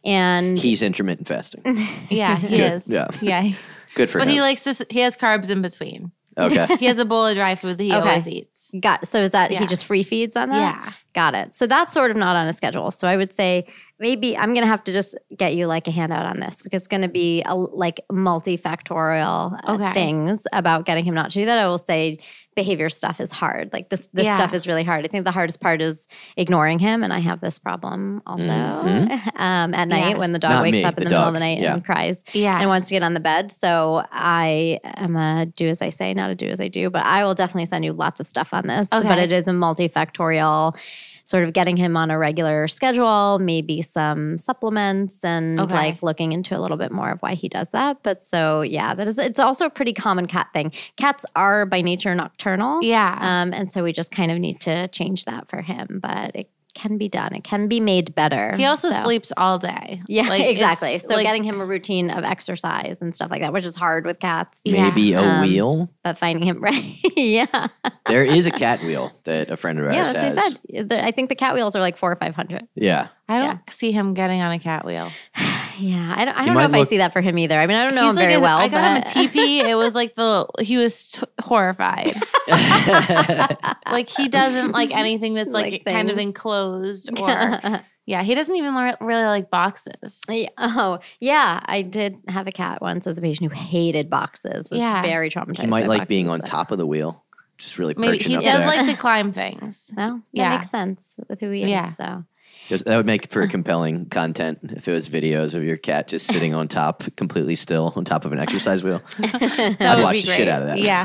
S2: And
S1: He's intermittent fasting.
S2: Mm.
S3: Yeah, he
S1: Good,
S3: is.
S1: yeah.
S3: [laughs] Yeah.
S1: Good for
S3: But
S1: him.
S3: he likes to s- he has carbs in [laughs] between.
S1: okay.
S2: [laughs]
S3: He has a bowl of dry food that he
S2: Okay.
S3: always eats.
S2: got so is that
S3: Yeah.
S2: he just free feeds on that?
S3: Yeah.
S2: Got it. So that's sort of not on a schedule. So I would say maybe I'm going to have to just get you like a handout on this because it's going to be a, like multifactorial uh,
S3: Okay.
S2: things about getting him not to do that. I will say behavior stuff is hard. Like this this
S3: Yeah.
S2: stuff is really hard. I think the hardest part is ignoring him and I have this problem also
S1: Mhm.
S2: [laughs] um, at night
S3: Mm-hmm. Yeah.
S2: when the dog
S1: Not
S2: wakes
S1: me,
S2: up in
S1: the
S2: the, middle
S1: dog.
S2: of the night
S1: Yeah.
S2: and cries
S3: Yeah.
S2: and wants to get on the bed. So I am a do as I say, not a do as I do. But I will definitely send you lots of stuff on this. But
S3: Okay.
S2: it is a multifactorial sort of getting him on a regular schedule, maybe some supplements and
S3: Okay.
S2: like looking into a little bit more of why he does that. But so yeah, that is it's also a pretty common cat thing. Cats are by nature nocturnal.
S3: yeah.
S2: Um, and so we just kind of need to change that for him. But it can be done. It can be made better.
S3: he also
S2: So-
S3: sleeps all day.
S2: yeah, [laughs]
S3: Like, it's,
S2: exactly. So
S3: like-
S2: getting him a routine of exercise and stuff like that, which is hard with cats,
S3: Yeah.
S1: Maybe a
S2: Um,
S1: wheel.
S2: but finding him [laughs] right. yeah.
S1: There is a cat wheel that a friend of ours
S2: Yeah,
S1: has.
S2: that's what you said. The- I think the cat wheels are like four or 500.
S1: Yeah.
S3: I don't see him getting on a cat wheel.
S2: Yeah. I don't, I
S1: You
S2: don't know
S1: might
S2: if I
S1: look-
S2: see that for him either. I mean, I don't know him
S3: He's like
S2: very
S3: a-
S2: well.
S3: I got
S2: but-
S3: him
S2: [laughs]
S3: a TP. It was like the he was t- [laughs] horrified.
S2: [laughs]
S3: like he doesn't like anything that's like,
S2: Like
S3: kind of
S2: things.
S3: [laughs] enclosed or yeah he doesn't even le- really like boxes
S2: [laughs] Yeah. Oh, yeah. I did have a cat once as a patient who hated boxes, was
S3: Yeah.
S2: very traumatized.
S1: he might
S2: by
S1: like being on
S2: boxes, but-
S1: top of the wheel, just really
S3: maybe
S1: perching
S3: he
S1: up
S3: does
S1: there.
S3: [laughs] like to climb things
S2: Well, that
S3: Yeah.
S2: makes sense with who he is.
S3: Yeah.
S2: So,
S1: Just- that would make for compelling content if it was videos of your cat just sitting on top, completely still, on top of an exercise wheel.
S2: [laughs]
S1: [laughs]
S2: and
S1: I'd
S3: would
S1: watch
S3: be
S1: the shit
S3: great.
S1: out of that. [laughs]
S3: yeah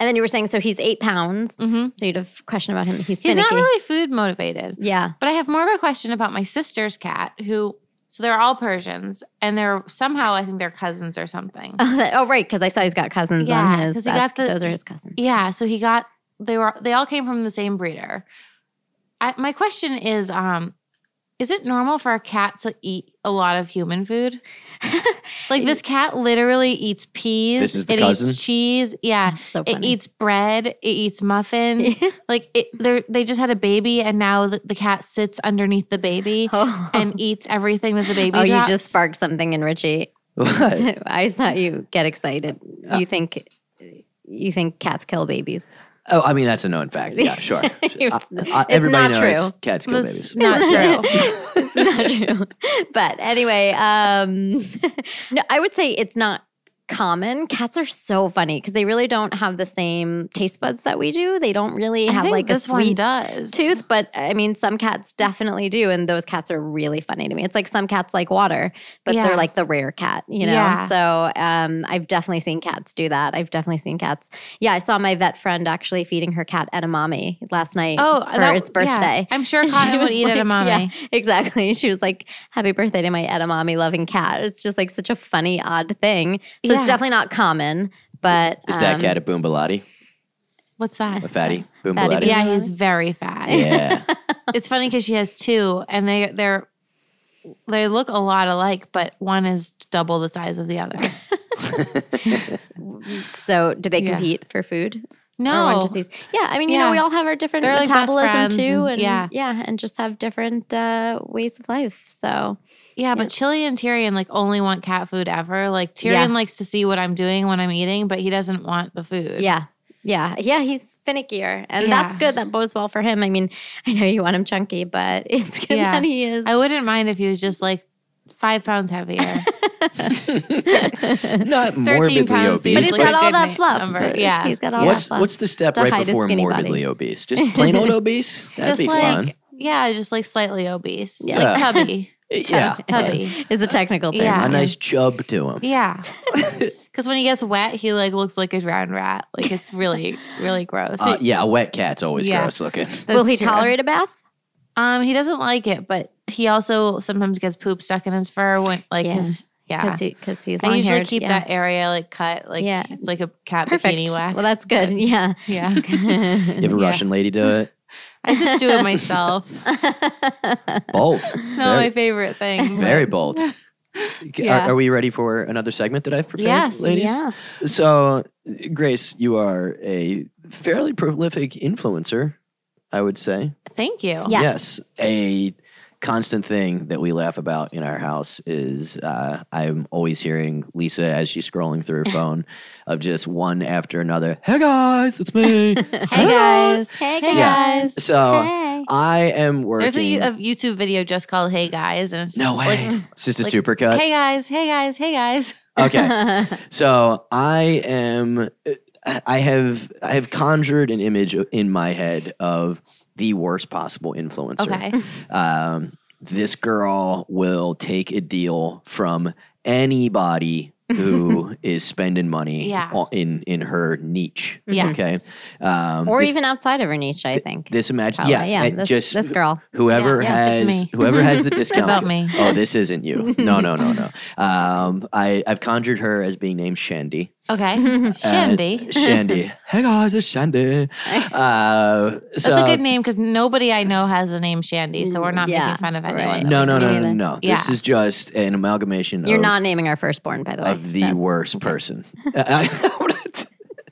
S2: then you were saying, so he's eight pounds.
S3: hmm
S2: So you'd have a question about him. He's
S3: he's
S2: finicky.
S3: not really food motivated
S2: Yeah.
S3: but i have more of a question about my sister's cat who so they're all persians and they're somehow i think they're cousins or something
S2: Oh, that- [laughs] oh, right, because I saw he's got cousins on
S3: Yeah,
S2: his.
S3: 'cause he
S2: that's-
S3: got the-
S2: those are his cousins.
S3: yeah so he got they were they all came from the same breeder I, my question is um is it normal for a cat to eat a lot of
S2: [laughs]
S3: human food like this cat literally eats peas
S1: This is the
S3: it
S1: cousin?
S3: eats cheese yeah
S2: That's so
S3: it
S2: funny.
S3: eats bread it eats muffins
S2: [laughs]
S3: like it, they're, they just had a baby and now the, the cat sits underneath the baby
S2: oh,
S3: and eats everything that the baby
S2: oh you
S3: drops.
S2: just sparked something in
S3: [laughs]
S2: Richie. [laughs]
S1: What?
S2: I saw you get excited.
S3: Uh.
S2: You think you think cats kill babies?
S1: Oh, I mean that's a known fact. Yeah,
S2: [laughs]
S1: sure. I-
S2: It's-
S1: I- everybody
S2: not
S1: knows
S2: true.
S1: cats kill
S3: That's
S1: babies.
S3: not true
S2: it's not
S3: [laughs]
S2: true. [laughs] But anyway, um, [laughs] no, I would say it's not common. Cats are so funny because they really don't have the same taste buds that we do. They don't really
S3: I
S2: have
S3: think
S2: like
S3: this
S2: a sweet
S3: one does
S2: tooth, but I mean, some cats definitely do, and those cats are really funny to me. It's like some cats like water, but
S3: Yeah.
S2: they're like the rare cat, you know.
S3: Yeah.
S2: So um, I've definitely seen cats do that. I've definitely seen cats. Yeah, I saw my vet friend actually feeding her cat edamame last night
S3: oh
S2: for
S3: that-
S2: its
S3: yeah.
S2: birthday. [laughs]
S3: i'm sure
S2: And she
S3: cotton would
S2: was
S3: eat
S2: like-
S3: it a mommy
S2: yeah, exactly. [laughs] She was like, "Happy birthday to my edamame loving cat." It's just like such a funny, odd thing. So
S3: Yeah.
S2: it's definitely not common, but
S1: Is that
S2: um,
S1: cat a boombalati?
S3: what's that
S1: A fatty
S2: [laughs] Fatty
S1: boombalati?
S3: yeah
S2: Really?
S3: he's very
S2: [laughs]
S3: fat
S1: Yeah.
S3: [laughs] it's funny because she has two and they they're they look a lot alike but one is double the size of the other
S2: um, So, do they
S3: Yeah.
S2: compete for food? Or one
S3: no
S2: just eats- yeah. Oh, I mean, you
S3: Yeah.
S2: know, we all have our different
S3: They're like best
S2: metabolism
S3: friends
S2: too,
S3: and-
S2: and
S3: yeah.
S2: yeah, and just have different uh, ways of life. So
S3: yeah but chili and tyrion like only want cat food ever like tyrion
S2: Yeah.
S3: likes to see what i'm doing when i'm eating but he doesn't want the food
S2: yeah. Yeah, yeah, he's finickier, and that's
S3: Yeah.
S2: good. That bodes well for him. I mean, I know you want him chunky, but [laughs] it's good
S3: Yeah.
S2: that he is. [laughs]
S3: i wouldn't mind if he was just like five pounds heavier
S1: not
S3: 13
S1: morbidly
S3: pounds
S1: obese.
S2: but he's
S1: but
S3: usually
S2: got
S3: a
S2: all
S3: good
S2: that
S3: na-
S2: fluff.
S3: number. Yeah.
S2: he's got all that
S1: what's
S2: fluff.
S1: what's the step
S2: To hide
S1: right
S2: his
S1: before
S2: skinny
S1: morbidly
S2: body. [laughs]
S1: obese? Just plain old obese? That'd
S3: just
S1: be
S3: like
S1: fun.
S3: yeah just like slightly obese
S2: Yeah.
S3: like tubby
S1: yeah.
S3: Tubby.
S2: is a technical term.
S1: A
S3: Yeah.
S1: nice chub to him.
S3: Yeah. Because when he gets wet, he like looks like a drowned rat. Like it's really, really gross.
S1: Uh, yeah, a wet cat's always
S3: Yeah.
S1: gross looking.
S3: [laughs]
S2: Will
S3: That's
S2: he
S3: true.
S2: tolerate a bath?
S3: Um, he doesn't like it, but he also sometimes gets poop stuck in his fur when like
S2: Yeah.
S3: his yeah.
S2: Because he's
S3: I usually
S2: long-haired,
S3: keep
S2: yeah.
S3: that area like cut, like
S2: Yeah.
S3: it's like a cat
S2: perfect.
S3: bikini wax.
S2: Well, that's good. Yeah.
S3: [laughs]
S2: [laughs]
S3: yeah.
S1: You have a
S3: Yeah.
S1: Russian lady do
S3: [laughs]
S1: it.
S3: I just do it myself.
S2: [laughs]
S1: Bolt.
S3: It's
S1: Very-
S3: not my favorite thing. but-
S1: Very
S3: [laughs]
S1: bold.
S3: Yeah.
S1: Are, are we ready for another segment that I've prepared,
S3: Yes,
S1: [laughs] ladies?
S2: yeah.
S1: So, Grace, you are a fairly prolific influencer, I would say.
S3: Thank you.
S2: Yeah.
S1: yes
S2: Yes.
S1: a constant thing that we laugh about in our house is uh, I'm always hearing Lisa as she's scrolling through her
S3: [laughs]
S1: phone of just one after another. Hey guys, it's
S3: [laughs]
S1: me.
S3: Hey guys.
S2: Hey
S3: Hey
S1: Yeah.
S3: guys.
S1: so
S2: Hey.
S1: I am working.
S3: There's a, Yo- a YouTube video just called "Hey Guys," and it's
S1: no
S3: just
S1: way.
S3: Like,
S1: it's just a
S3: like,
S1: supercut.
S3: hey guys, hey guys,
S1: [laughs]
S3: hey guys. [laughs]
S1: Okay. So I am. I have I have conjured an image in my head of the worst possible influencer.
S3: Okay,
S1: um, this girl will take a deal from
S3: [laughs]
S1: anybody who is spending money
S3: Yeah.
S1: o- in in her niche.
S3: Yes.
S1: Okay, um,
S2: [laughs] or
S1: this,
S2: even outside of her niche, I think.
S1: this imagine.
S3: Oh,
S1: Yes,
S2: Probably. yeah.
S1: and
S2: This,
S1: just
S2: this girl.
S1: whoever
S3: Yeah, it's
S1: has
S3: me.
S1: [laughs] whoever has the
S3: it's about
S1: discount.
S3: me.
S1: Oh, this isn't you. No, no, no, no.
S3: [laughs]
S1: Um, I I've conjured her as being named Shandy.
S2: [laughs]
S3: Okay, Shandy.
S1: Uh,
S3: [laughs]
S1: Shandy. hey guys, it's Shandy. Uh, so,
S3: That's a good name because nobody I know has the name Shandy, so we're not
S2: Yeah,
S3: making fun of
S2: right.
S3: anyone. that
S1: No,
S3: we
S1: no,
S2: Me
S1: no, no, no,
S2: neither.
S1: no. This
S3: Yeah.
S1: is just an amalgamation.
S2: You're
S1: of,
S2: not naming our firstborn, by the way.
S1: of the
S2: That's-
S1: worst
S3: [laughs]
S1: person. [laughs]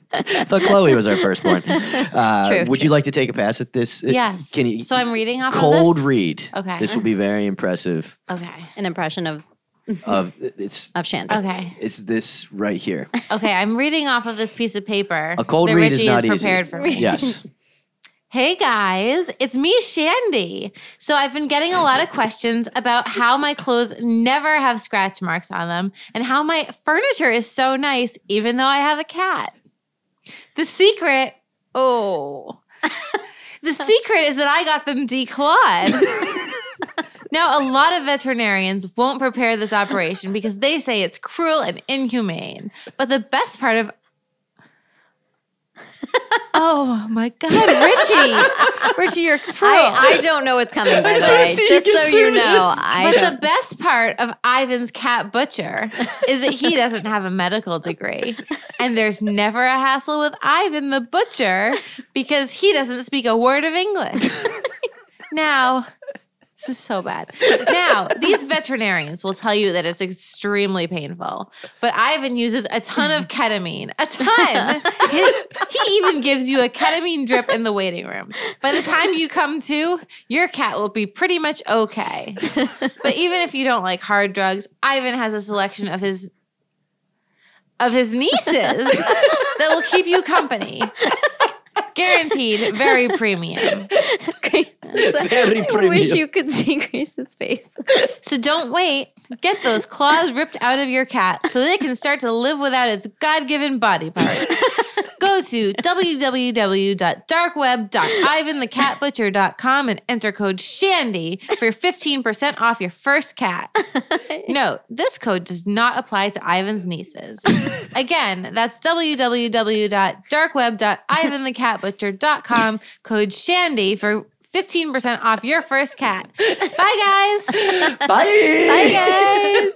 S1: I thought Chloe was our
S3: [laughs]
S1: firstborn. Uh,
S2: True,
S1: would you like to take a pass at this? Uh,
S3: Yes.
S1: Can you
S3: so I'm reading off
S1: cold
S3: of this.
S1: read?
S3: Okay.
S1: This will be very impressive.
S3: okay.
S2: An impression of
S1: Of it's
S2: of Shanda.
S3: Okay.
S1: it's this right here.
S3: Okay. I'm reading off of this piece of paper.
S1: A cold
S3: that
S1: read
S3: Richie
S1: is not
S3: prepared
S1: easy.
S3: for me.
S1: [laughs] Yes.
S3: Hey guys, it's me, Shandy. So I've been getting a lot of questions about how my clothes never have scratch marks on them and how my furniture is so nice, even though I have a cat. The secret, oh, the secret is that I got them declawed. now, a lot of veterinarians won't prepare this operation because they say it's cruel and inhumane. But the best part of Oh my God, Richie. Richie, you're cruel.
S2: I, I don't know
S1: [laughs]
S2: what's coming, by the
S1: just wanna
S2: way.
S1: see you
S2: Just
S1: get
S2: so
S1: through
S2: you know,
S1: this.
S2: I
S1: [laughs]
S2: [laughs]
S3: but
S2: don't-
S3: the best part of Ivan's cat butcher is that he doesn't have a medical degree. And there's never a hassle with Ivan the butcher because he doesn't speak a word
S2: [laughs]
S3: of English. now, this is so bad. Now, these veterinarians will tell you that it's extremely painful, but Ivan uses a ton of ketamine. A ton. he even gives you a ketamine drip in the waiting room. By the time you come to, your cat will be pretty much okay. But even if you don't like hard drugs, Ivan has a selection of his of his nieces that will keep you company. Guaranteed, very premium.
S2: Grace,
S1: Very
S2: I wish
S1: premium.
S2: you [laughs] could see Grace's face.
S3: So don't wait. Get those claws ripped out of your cat so that it can start to live without its God given body parts. Go to www.darkweb.ivanthecatbutcher.com and enter code SHANDY for 15% off your first cat. Note, this code does not apply to Ivan's nieces. Again, that's www.darkweb.ivanthecatbutcher.com, code SHANDY for 15% off your first cat. Bye, guys.
S1: [laughs] Bye. Bye [laughs]
S2: Guys,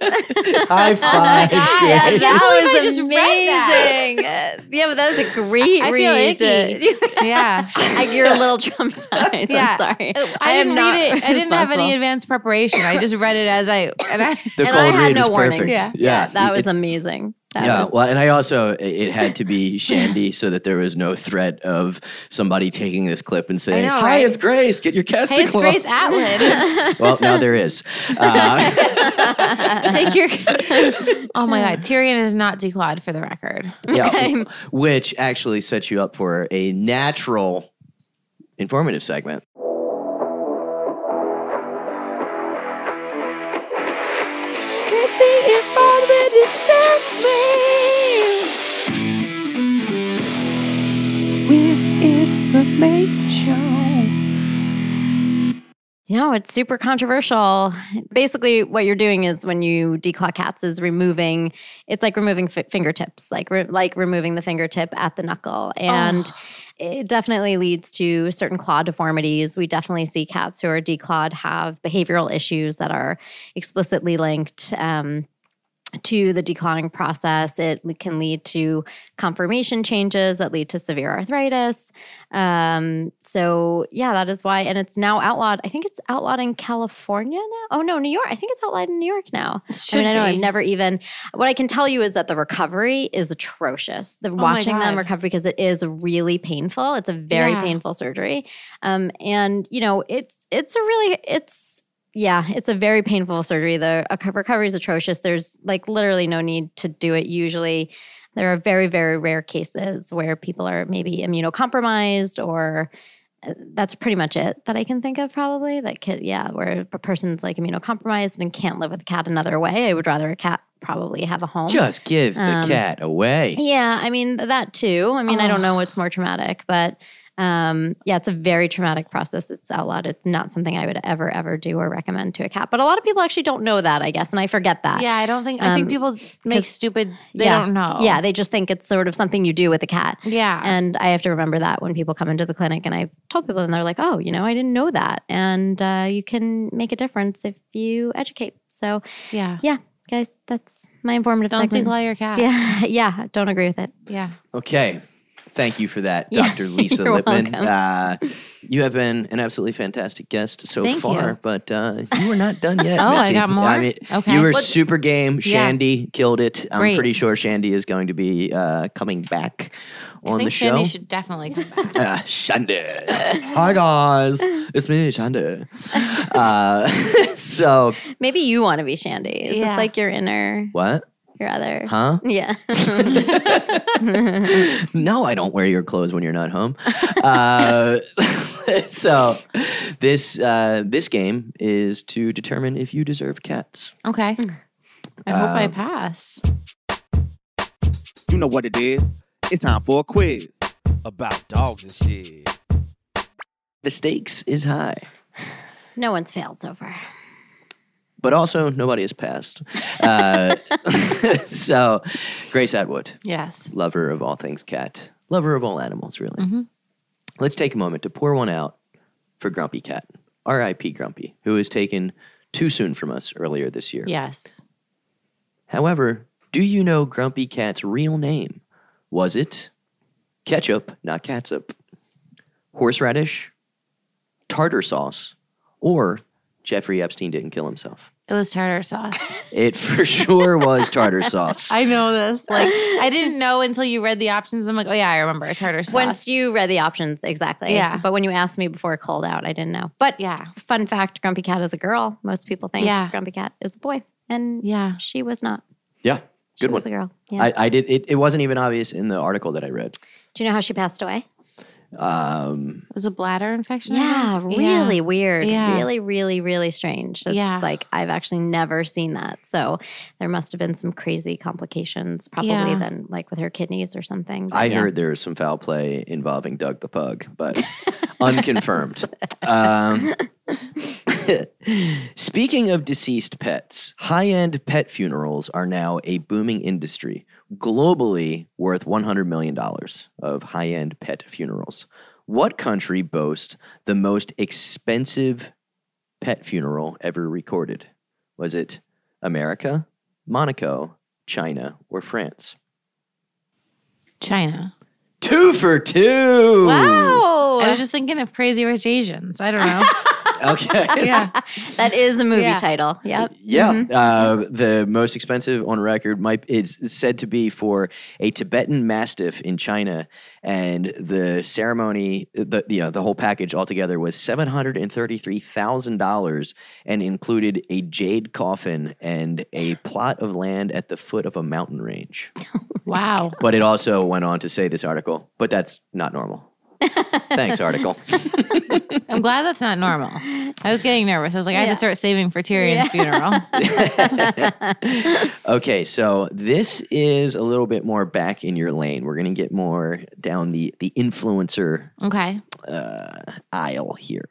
S1: High five. [laughs]
S3: God,
S1: Grace.
S3: yeah.
S2: that
S3: believe I
S2: was
S3: just read
S2: amazing. yeah, but that was
S3: [laughs]
S2: a great
S3: I feel
S2: read. [laughs]
S3: icky. [laughs] yeah.
S2: I, you're a little traumatized.
S3: Yeah.
S2: I'm sorry.
S3: I, didn't
S2: am
S3: read it.
S2: not
S3: I didn't have any
S2: responsible.
S3: advanced preparation. I just read it as I and [laughs] I
S1: The
S2: and
S1: cold
S2: I had
S1: read
S2: no
S1: is
S2: warning.
S1: perfect.
S3: Yeah.
S2: that
S1: It-
S2: was amazing. That
S1: yeah,
S2: was-
S1: well, and I also it- it had to be Shandy so that there was no threat of somebody taking this clip and saying,
S3: know,
S1: "Hi,
S3: right?
S1: it's Grace. Get your cast."
S3: Hey, it's Grace [laughs] Atwood.
S1: [laughs] Well, now there is.
S2: [laughs]
S1: Uh,
S3: [laughs] Take your Oh my god, Tyrion is not declawed for the record.
S1: [laughs] yeah,
S3: [laughs]
S2: Okay.
S1: which actually sets you up for a natural, informative segment.
S4: with information.
S2: You know, it's super controversial. Basically, what you're doing is when you declaw cats is removing. It's like removing fi- fingertips, like re- like removing the fingertip at the knuckle, and it definitely leads to certain claw deformities. We definitely see cats who are declawed have behavioral issues that are explicitly linked. Um, to the declawing process, it can lead to conformation changes that lead to severe arthritis, um, so yeah, that is why, and it's now outlawed. I think it's outlawed in California now. Oh no, New York. I think it's outlawed in New York now. I mean, I know I've never even. What I can tell you is that the recovery is atrocious. The
S3: Oh my
S2: watching them
S3: God.
S2: recover because it is really painful. It's a very
S3: Yeah.
S2: painful surgery, um, and you know, it's it's a really it's. Yeah, it's a very painful surgery. The ac- recovery is atrocious. There's like literally no need to do it usually there are very very rare cases where people are maybe immunocompromised or uh, that's pretty much it that I can think of probably that kid yeah where a person's like immunocompromised and can't live with a cat another way I would rather a cat probably have a home
S1: Just give the
S2: Oh. Um,
S1: cat away.
S2: yeah I mean that too I mean I don't know
S3: Ugh.
S2: what's more traumatic but um, yeah it's a very traumatic process it's outlawed it's not something I would ever ever do or recommend to a cat but a lot of people actually don't know that I guess and I forget that
S3: Yeah, I don't think I
S2: Um,
S3: think people make
S2: 'cause-
S3: stupid. They
S2: yeah.
S3: don't know.
S2: yeah they just think it's sort of something you do with a cat
S3: yeah.
S2: And I have to remember that when people come into the clinic and I told people and they're like, oh, you know, I didn't know that. And uh, you can make a difference if you educate. So,
S3: yeah.
S2: guys, that's my informative
S3: Don't
S2: segment.
S3: declaw your
S2: [laughs]
S3: cat.
S2: yeah, yeah, don't agree with it.
S3: Yeah.
S1: Okay. Thank you for
S3: [laughs]
S1: that,
S2: Yeah,
S1: Dr. Lisa
S2: you're
S1: Lippman.
S2: welcome.
S1: Uh, you have been an absolutely fantastic guest so
S2: Thank
S1: far,
S2: you.
S1: but uh, you were not done yet.
S3: [laughs] Oh, I
S1: Missy.
S3: got more?
S1: mean,
S3: Okay.
S1: You were
S3: What-
S1: super game.
S3: Yeah.
S1: Shandy killed it. I'm
S3: Great.
S1: pretty sure Shandy is going to be uh, coming back on
S3: I think
S1: the show. [laughs]
S3: Shandy should definitely come back.
S1: Uh,
S3: [laughs]
S1: Shanda. Hi guys, it's me, Shanda. Uh, [laughs] so
S2: Maybe you want to be Shandy. Is
S3: Yeah.
S2: this like your inner,
S1: what?
S2: your other?
S1: Huh?
S2: [laughs] Yeah.
S1: no, I don't wear your clothes when you're not home. Uh, [laughs] so this uh, this game is to determine if you deserve cats.
S3: [laughs] okay. Hmm. I hope I
S1: Um,
S3: pass.
S4: You know what it is. It's time for a quiz about dogs and shit.
S1: The stakes is high,
S2: no one's failed so far.
S1: but also nobody has passed. Uh, [laughs] so Grace Atwood,
S3: Yes.
S1: lover of all things cat, lover of all animals, really.
S3: Mhm.
S1: Let's take a moment to pour one out for Grumpy Cat, R.I.P. Grumpy, who was taken too soon from us earlier this year.
S3: Yes.
S1: However, do you know Grumpy Cat's real name? Was it ketchup, not catsup, horseradish, tartar sauce, or Jeffrey Epstein didn't kill himself?
S3: It was tartar sauce.
S1: It for sure was tartar sauce.
S3: [laughs] I know this. Like I [laughs] didn't know until you read the options. I'm like, oh yeah, I remember tartar sauce.
S2: Once you read the options, exactly.
S3: Yeah.
S2: But when you asked me before cold out, I didn't know. But
S3: yeah.
S2: fun fact grumpy cat is a girl most people think
S3: Yeah.
S2: grumpy cat is a boy and
S3: Yeah.
S2: she was not
S1: yeah,
S2: she
S1: good one.
S2: was a girl yeah.
S1: I, I did. It, it wasn't even obvious in the article that I read.
S2: do you know how she passed away
S1: Um,
S3: It was a bladder infection. I
S2: yeah
S3: think?
S2: really weird
S3: Yeah.
S2: really really really strange that's
S3: Yeah.
S2: like i've actually never seen that so there must have been some crazy complications probably
S3: Yeah.
S2: then like with her kidneys or something But
S1: I
S2: yeah.
S1: heard there was some foul play involving Doug the Pug, but unconfirmed. Um, speaking of deceased pets, high end pet funerals are now a booming industry, globally worth $100 million of high end pet funerals. What country boasts the most expensive pet funeral ever recorded? Was it America, Monaco, China, or France?
S3: China.
S1: Two for two.
S2: wow
S3: I was just thinking of Crazy Rich Asians. I don't [laughs] know.
S1: [laughs] Okay.
S3: yeah.
S2: that is a movie
S3: Yeah.
S2: title yep
S1: Yeah.
S2: Mhm.
S1: Uh, the most expensive on record might is said to be for a Tibetan mastiff in China, and the ceremony, the the, uh, the whole package altogether was seven hundred and thirty three thousand dollars, and included a jade coffin and a plot of land at the foot of a mountain range.
S3: Wow.
S1: But it also went on to say this article, but that's not normal. Thanks, article.
S3: I'm glad that's not normal. I was getting nervous. I was like, I had
S2: Yeah.
S3: to start saving for Tyrion's [laughs] funeral.
S1: [laughs] okay, so this is a little bit more back in your lane. We're going to get more down the the influencer
S3: Okay.
S1: uh, aisle here.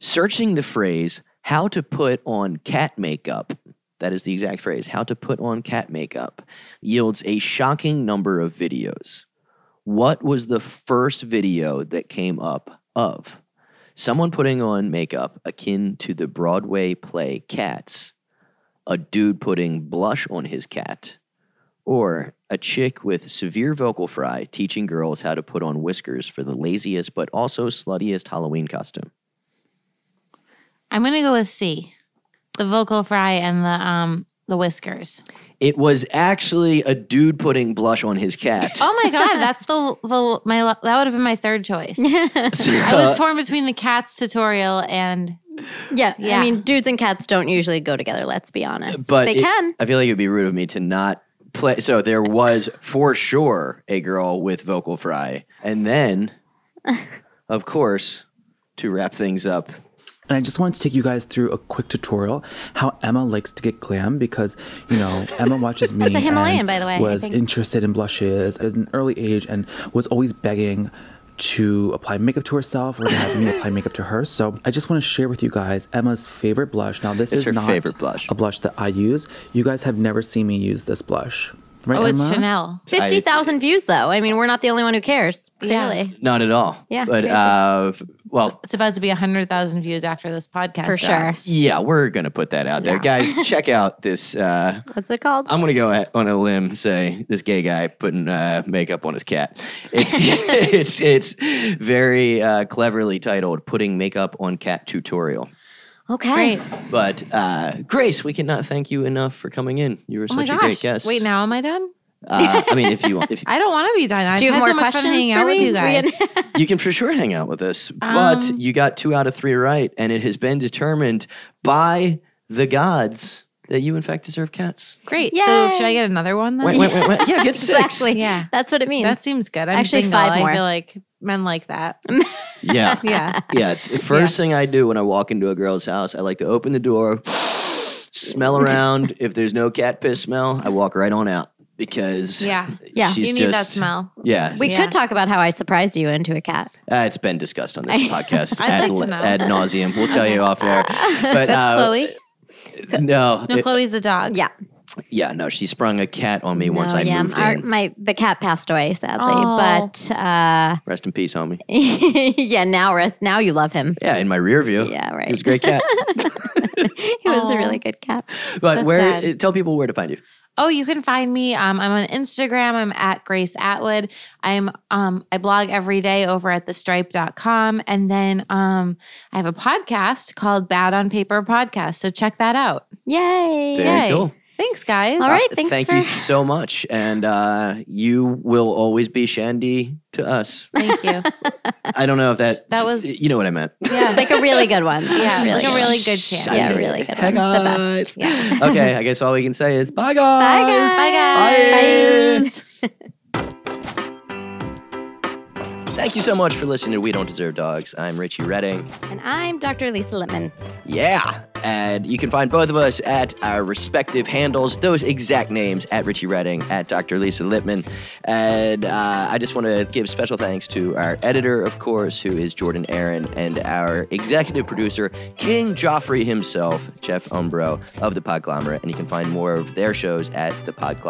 S1: searching the phrase how to put on cat makeup. That is the exact phrase, how to put on cat makeup, yields a shocking number of videos. What was the first video that came up of? Someone putting on makeup akin to the Broadway play Cats, a dude putting blush on his cat, or a chick with severe vocal fry teaching girls how to put on whiskers for the laziest but also sluttiest Halloween costume.
S3: I'm gonna go with C, the vocal fry and the um the whiskers.
S1: It was actually a dude putting blush on his cat.
S3: Oh my god, that's the the my that would have been my third [laughs] choice.
S1: [laughs]
S3: I was torn between the cats tutorial and
S2: Yeah,
S3: Yeah.
S2: I mean, dudes and cats don't usually go together. Let's be honest,
S1: but
S2: they
S1: it-
S2: can.
S1: I feel like it would be rude of me to not play. So there was for sure a girl with vocal fry, and
S2: [laughs]
S1: then, of course, to wrap things up,
S5: And I just wanted to take you guys through a quick tutorial how Emma likes to get glam because, you know, Emma
S2: [laughs]
S5: watches me.
S2: a Himalayan,
S5: and
S2: by the way, I
S5: Was
S2: think.
S5: interested in blushes at an early age and was always begging to apply makeup to herself or to have me apply makeup to her. So I just want to share with you guys Emma's favorite blush. Now, this
S1: It's
S5: is
S1: her
S5: not
S1: favorite blush.
S5: a blush that I use. You guys have never seen me use this blush. Right,
S3: oh, it's
S5: Emma?
S3: Chanel.
S2: Fifty thousand views, though. I mean, we're not the only one who cares.
S3: Yeah.
S2: Clearly,
S1: not at all.
S2: Yeah,
S1: but
S2: crazy.
S1: uh, well,
S3: It's about to be hundred thousand views after this podcast.
S2: for sure.
S3: drops.
S1: yeah, we're gonna put that out there, guys. Check out this. Uh,
S2: What's it called?
S1: I'm gonna go at, on a limb say this gay guy putting uh, makeup on his cat. It's [laughs] it's it's very uh, cleverly titled "Putting Makeup on Cat Tutorial."
S2: okay.
S3: Great.
S1: But uh, Grace, we cannot thank you enough for coming in. You were such
S3: Oh my
S1: a great
S3: gosh.
S1: guest.
S3: Wait, now am I done?
S1: uh, I mean, if you want, if
S3: [laughs] I don't want to be done. I've
S2: Do you
S3: had
S2: have
S3: so
S2: more
S3: much
S2: questions
S3: fun hanging
S2: for
S3: out
S2: me?
S3: with you guys.
S2: Do we-
S1: you can for sure hang out with us, but
S3: Um.
S1: you got two out of three right, and it has been determined by the gods that you in fact deserve cats.
S3: Great. So
S2: Yay.
S3: should I get another one then?
S1: Wait, wait, wait, wait. Yeah, get six.
S3: [laughs]
S2: Exactly.
S3: Yeah.
S2: [laughs] That's what it means.
S3: That seems good. I'm
S2: Actually,
S3: single.
S2: five
S3: I
S2: more.
S3: feel like men like [laughs] that.
S1: Yeah.
S3: Yeah.
S1: [laughs] Yeah. The first thing I do when I walk into a girl's house, I like to open the door, [laughs] smell around. if there's no cat piss smell, I walk right on out because
S3: Yeah.
S2: Yeah.
S1: she's
S3: you need that
S1: just-
S3: smell.
S1: Yeah,
S2: we
S3: Yeah.
S2: could talk about how I surprised you into a cat.
S1: Uh, it's been discussed on this podcast
S3: [laughs] I'd
S1: ad,
S3: like to
S1: le-
S3: know.
S1: ad nauseum. We'll tell you off
S3: [laughs]
S1: air. But
S3: That's
S1: uh,
S3: Chloe.
S1: No,
S3: No,
S1: it-
S3: Chloe's the dog.
S2: Yeah.
S1: yeah, no. She sprung a cat on me once
S2: No,
S1: I
S2: Oh, yeah,
S1: moved
S2: our-
S1: in.
S2: my the cat passed away sadly,
S3: Oh.
S2: but uh, [laughs]
S1: Rest in peace, homie.
S2: yeah, now rest. Now you love him.
S1: Yeah, in my rear view.
S2: Yeah, right.
S1: It was a
S3: [laughs]
S1: great cat.
S2: [laughs] He was
S3: Aw.
S2: a really good cat.
S1: But
S3: That's
S1: where? uh,
S3: sad.
S1: Tell people where to find you.
S3: Oh, you can find me. Um, I'm on Instagram. I'm at Grace Atwood. I'm um, I blog every day over at thestripe.com. And then um, I have a podcast called Bad on Paper Podcast. So check that out.
S2: Yay!
S1: Very
S3: Yay.
S1: cool.
S3: Thanks, guys.
S2: All right,
S1: Uh,
S2: thanks
S1: Thank
S2: for-
S1: you so much, and uh, you will always be Shandy to us.
S2: [laughs]
S3: Thank [laughs] you.
S1: I don't know if that
S3: That was-
S1: you know what I meant.
S3: Yeah.
S2: like a really good [laughs] one.
S3: Yeah, like a
S2: good
S3: really good channel.
S2: Yeah, really good
S1: Hey
S2: one. The best.
S1: guys. [laughs]
S2: Yeah.
S1: okay, I guess all we can say is bye, guys.
S2: Bye guys.
S3: Bye, guys.
S2: Bye.
S1: [laughs] Thank you so much for listening to We Don't Deserve Dogs. I'm Richie Redding.
S2: And I'm Dr. Lisa Lippman.
S1: Yeah. And you can find both of us at our respective handles, those exact names at Richie Redding, at Dr. Lisa Lippman. And uh, I just want to give special thanks to our editor, of course, who is Jordan Aaron, and our executive producer, King Joffrey himself, Jeff Umbro of The Podglomerate. And you can find more of their shows at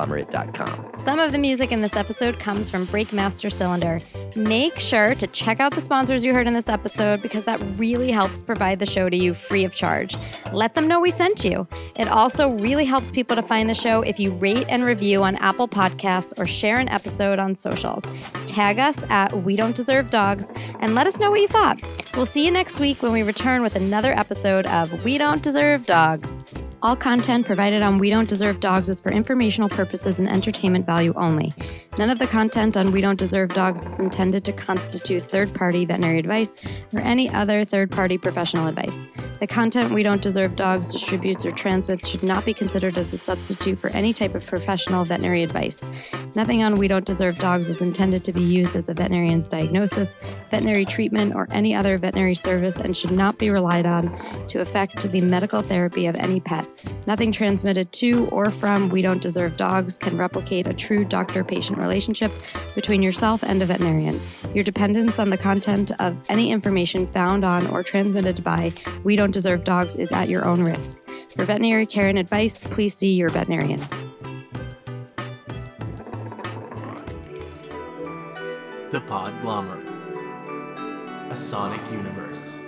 S1: thepodglomerate.com.
S2: Some of the music in this episode comes from Breakmaster Cylinder. Make sure to check out the sponsors you heard in this episode because that really helps provide the show to you free of charge. Let them know we sent you. It also really helps people to find the show if you rate and review on Apple Podcasts or share an episode on socials. Tag us at We Don't Deserve Dogs and let us know what you thought. We'll see you next week when we return with another episode of We Don't Deserve Dogs. All content provided on We Don't Deserve Dogs is for informational purposes and entertainment value only. None of the content on We Don't Deserve Dogs is intended to constitute third party veterinary advice or any other third party professional advice. The content We Don't Deserve Dogs distributes or transmits should not be considered as a substitute for any type of professional veterinary advice. Nothing on We Don't Deserve Dogs is intended to be used as a veterinarian's diagnosis, veterinary treatment, or any other veterinary service and should not be relied on to affect the medical therapy of any pet.
S6: Nothing transmitted to or from We Don't Deserve Dogs can replicate a true doctor patient relationship between yourself and a veterinarian. Your dependence on the content of any information found on or transmitted by We Don't Deserve Dogs is at your own risk. For veterinary care and advice, please see your veterinarian.
S7: The Podglomerate. A Sonic Universe.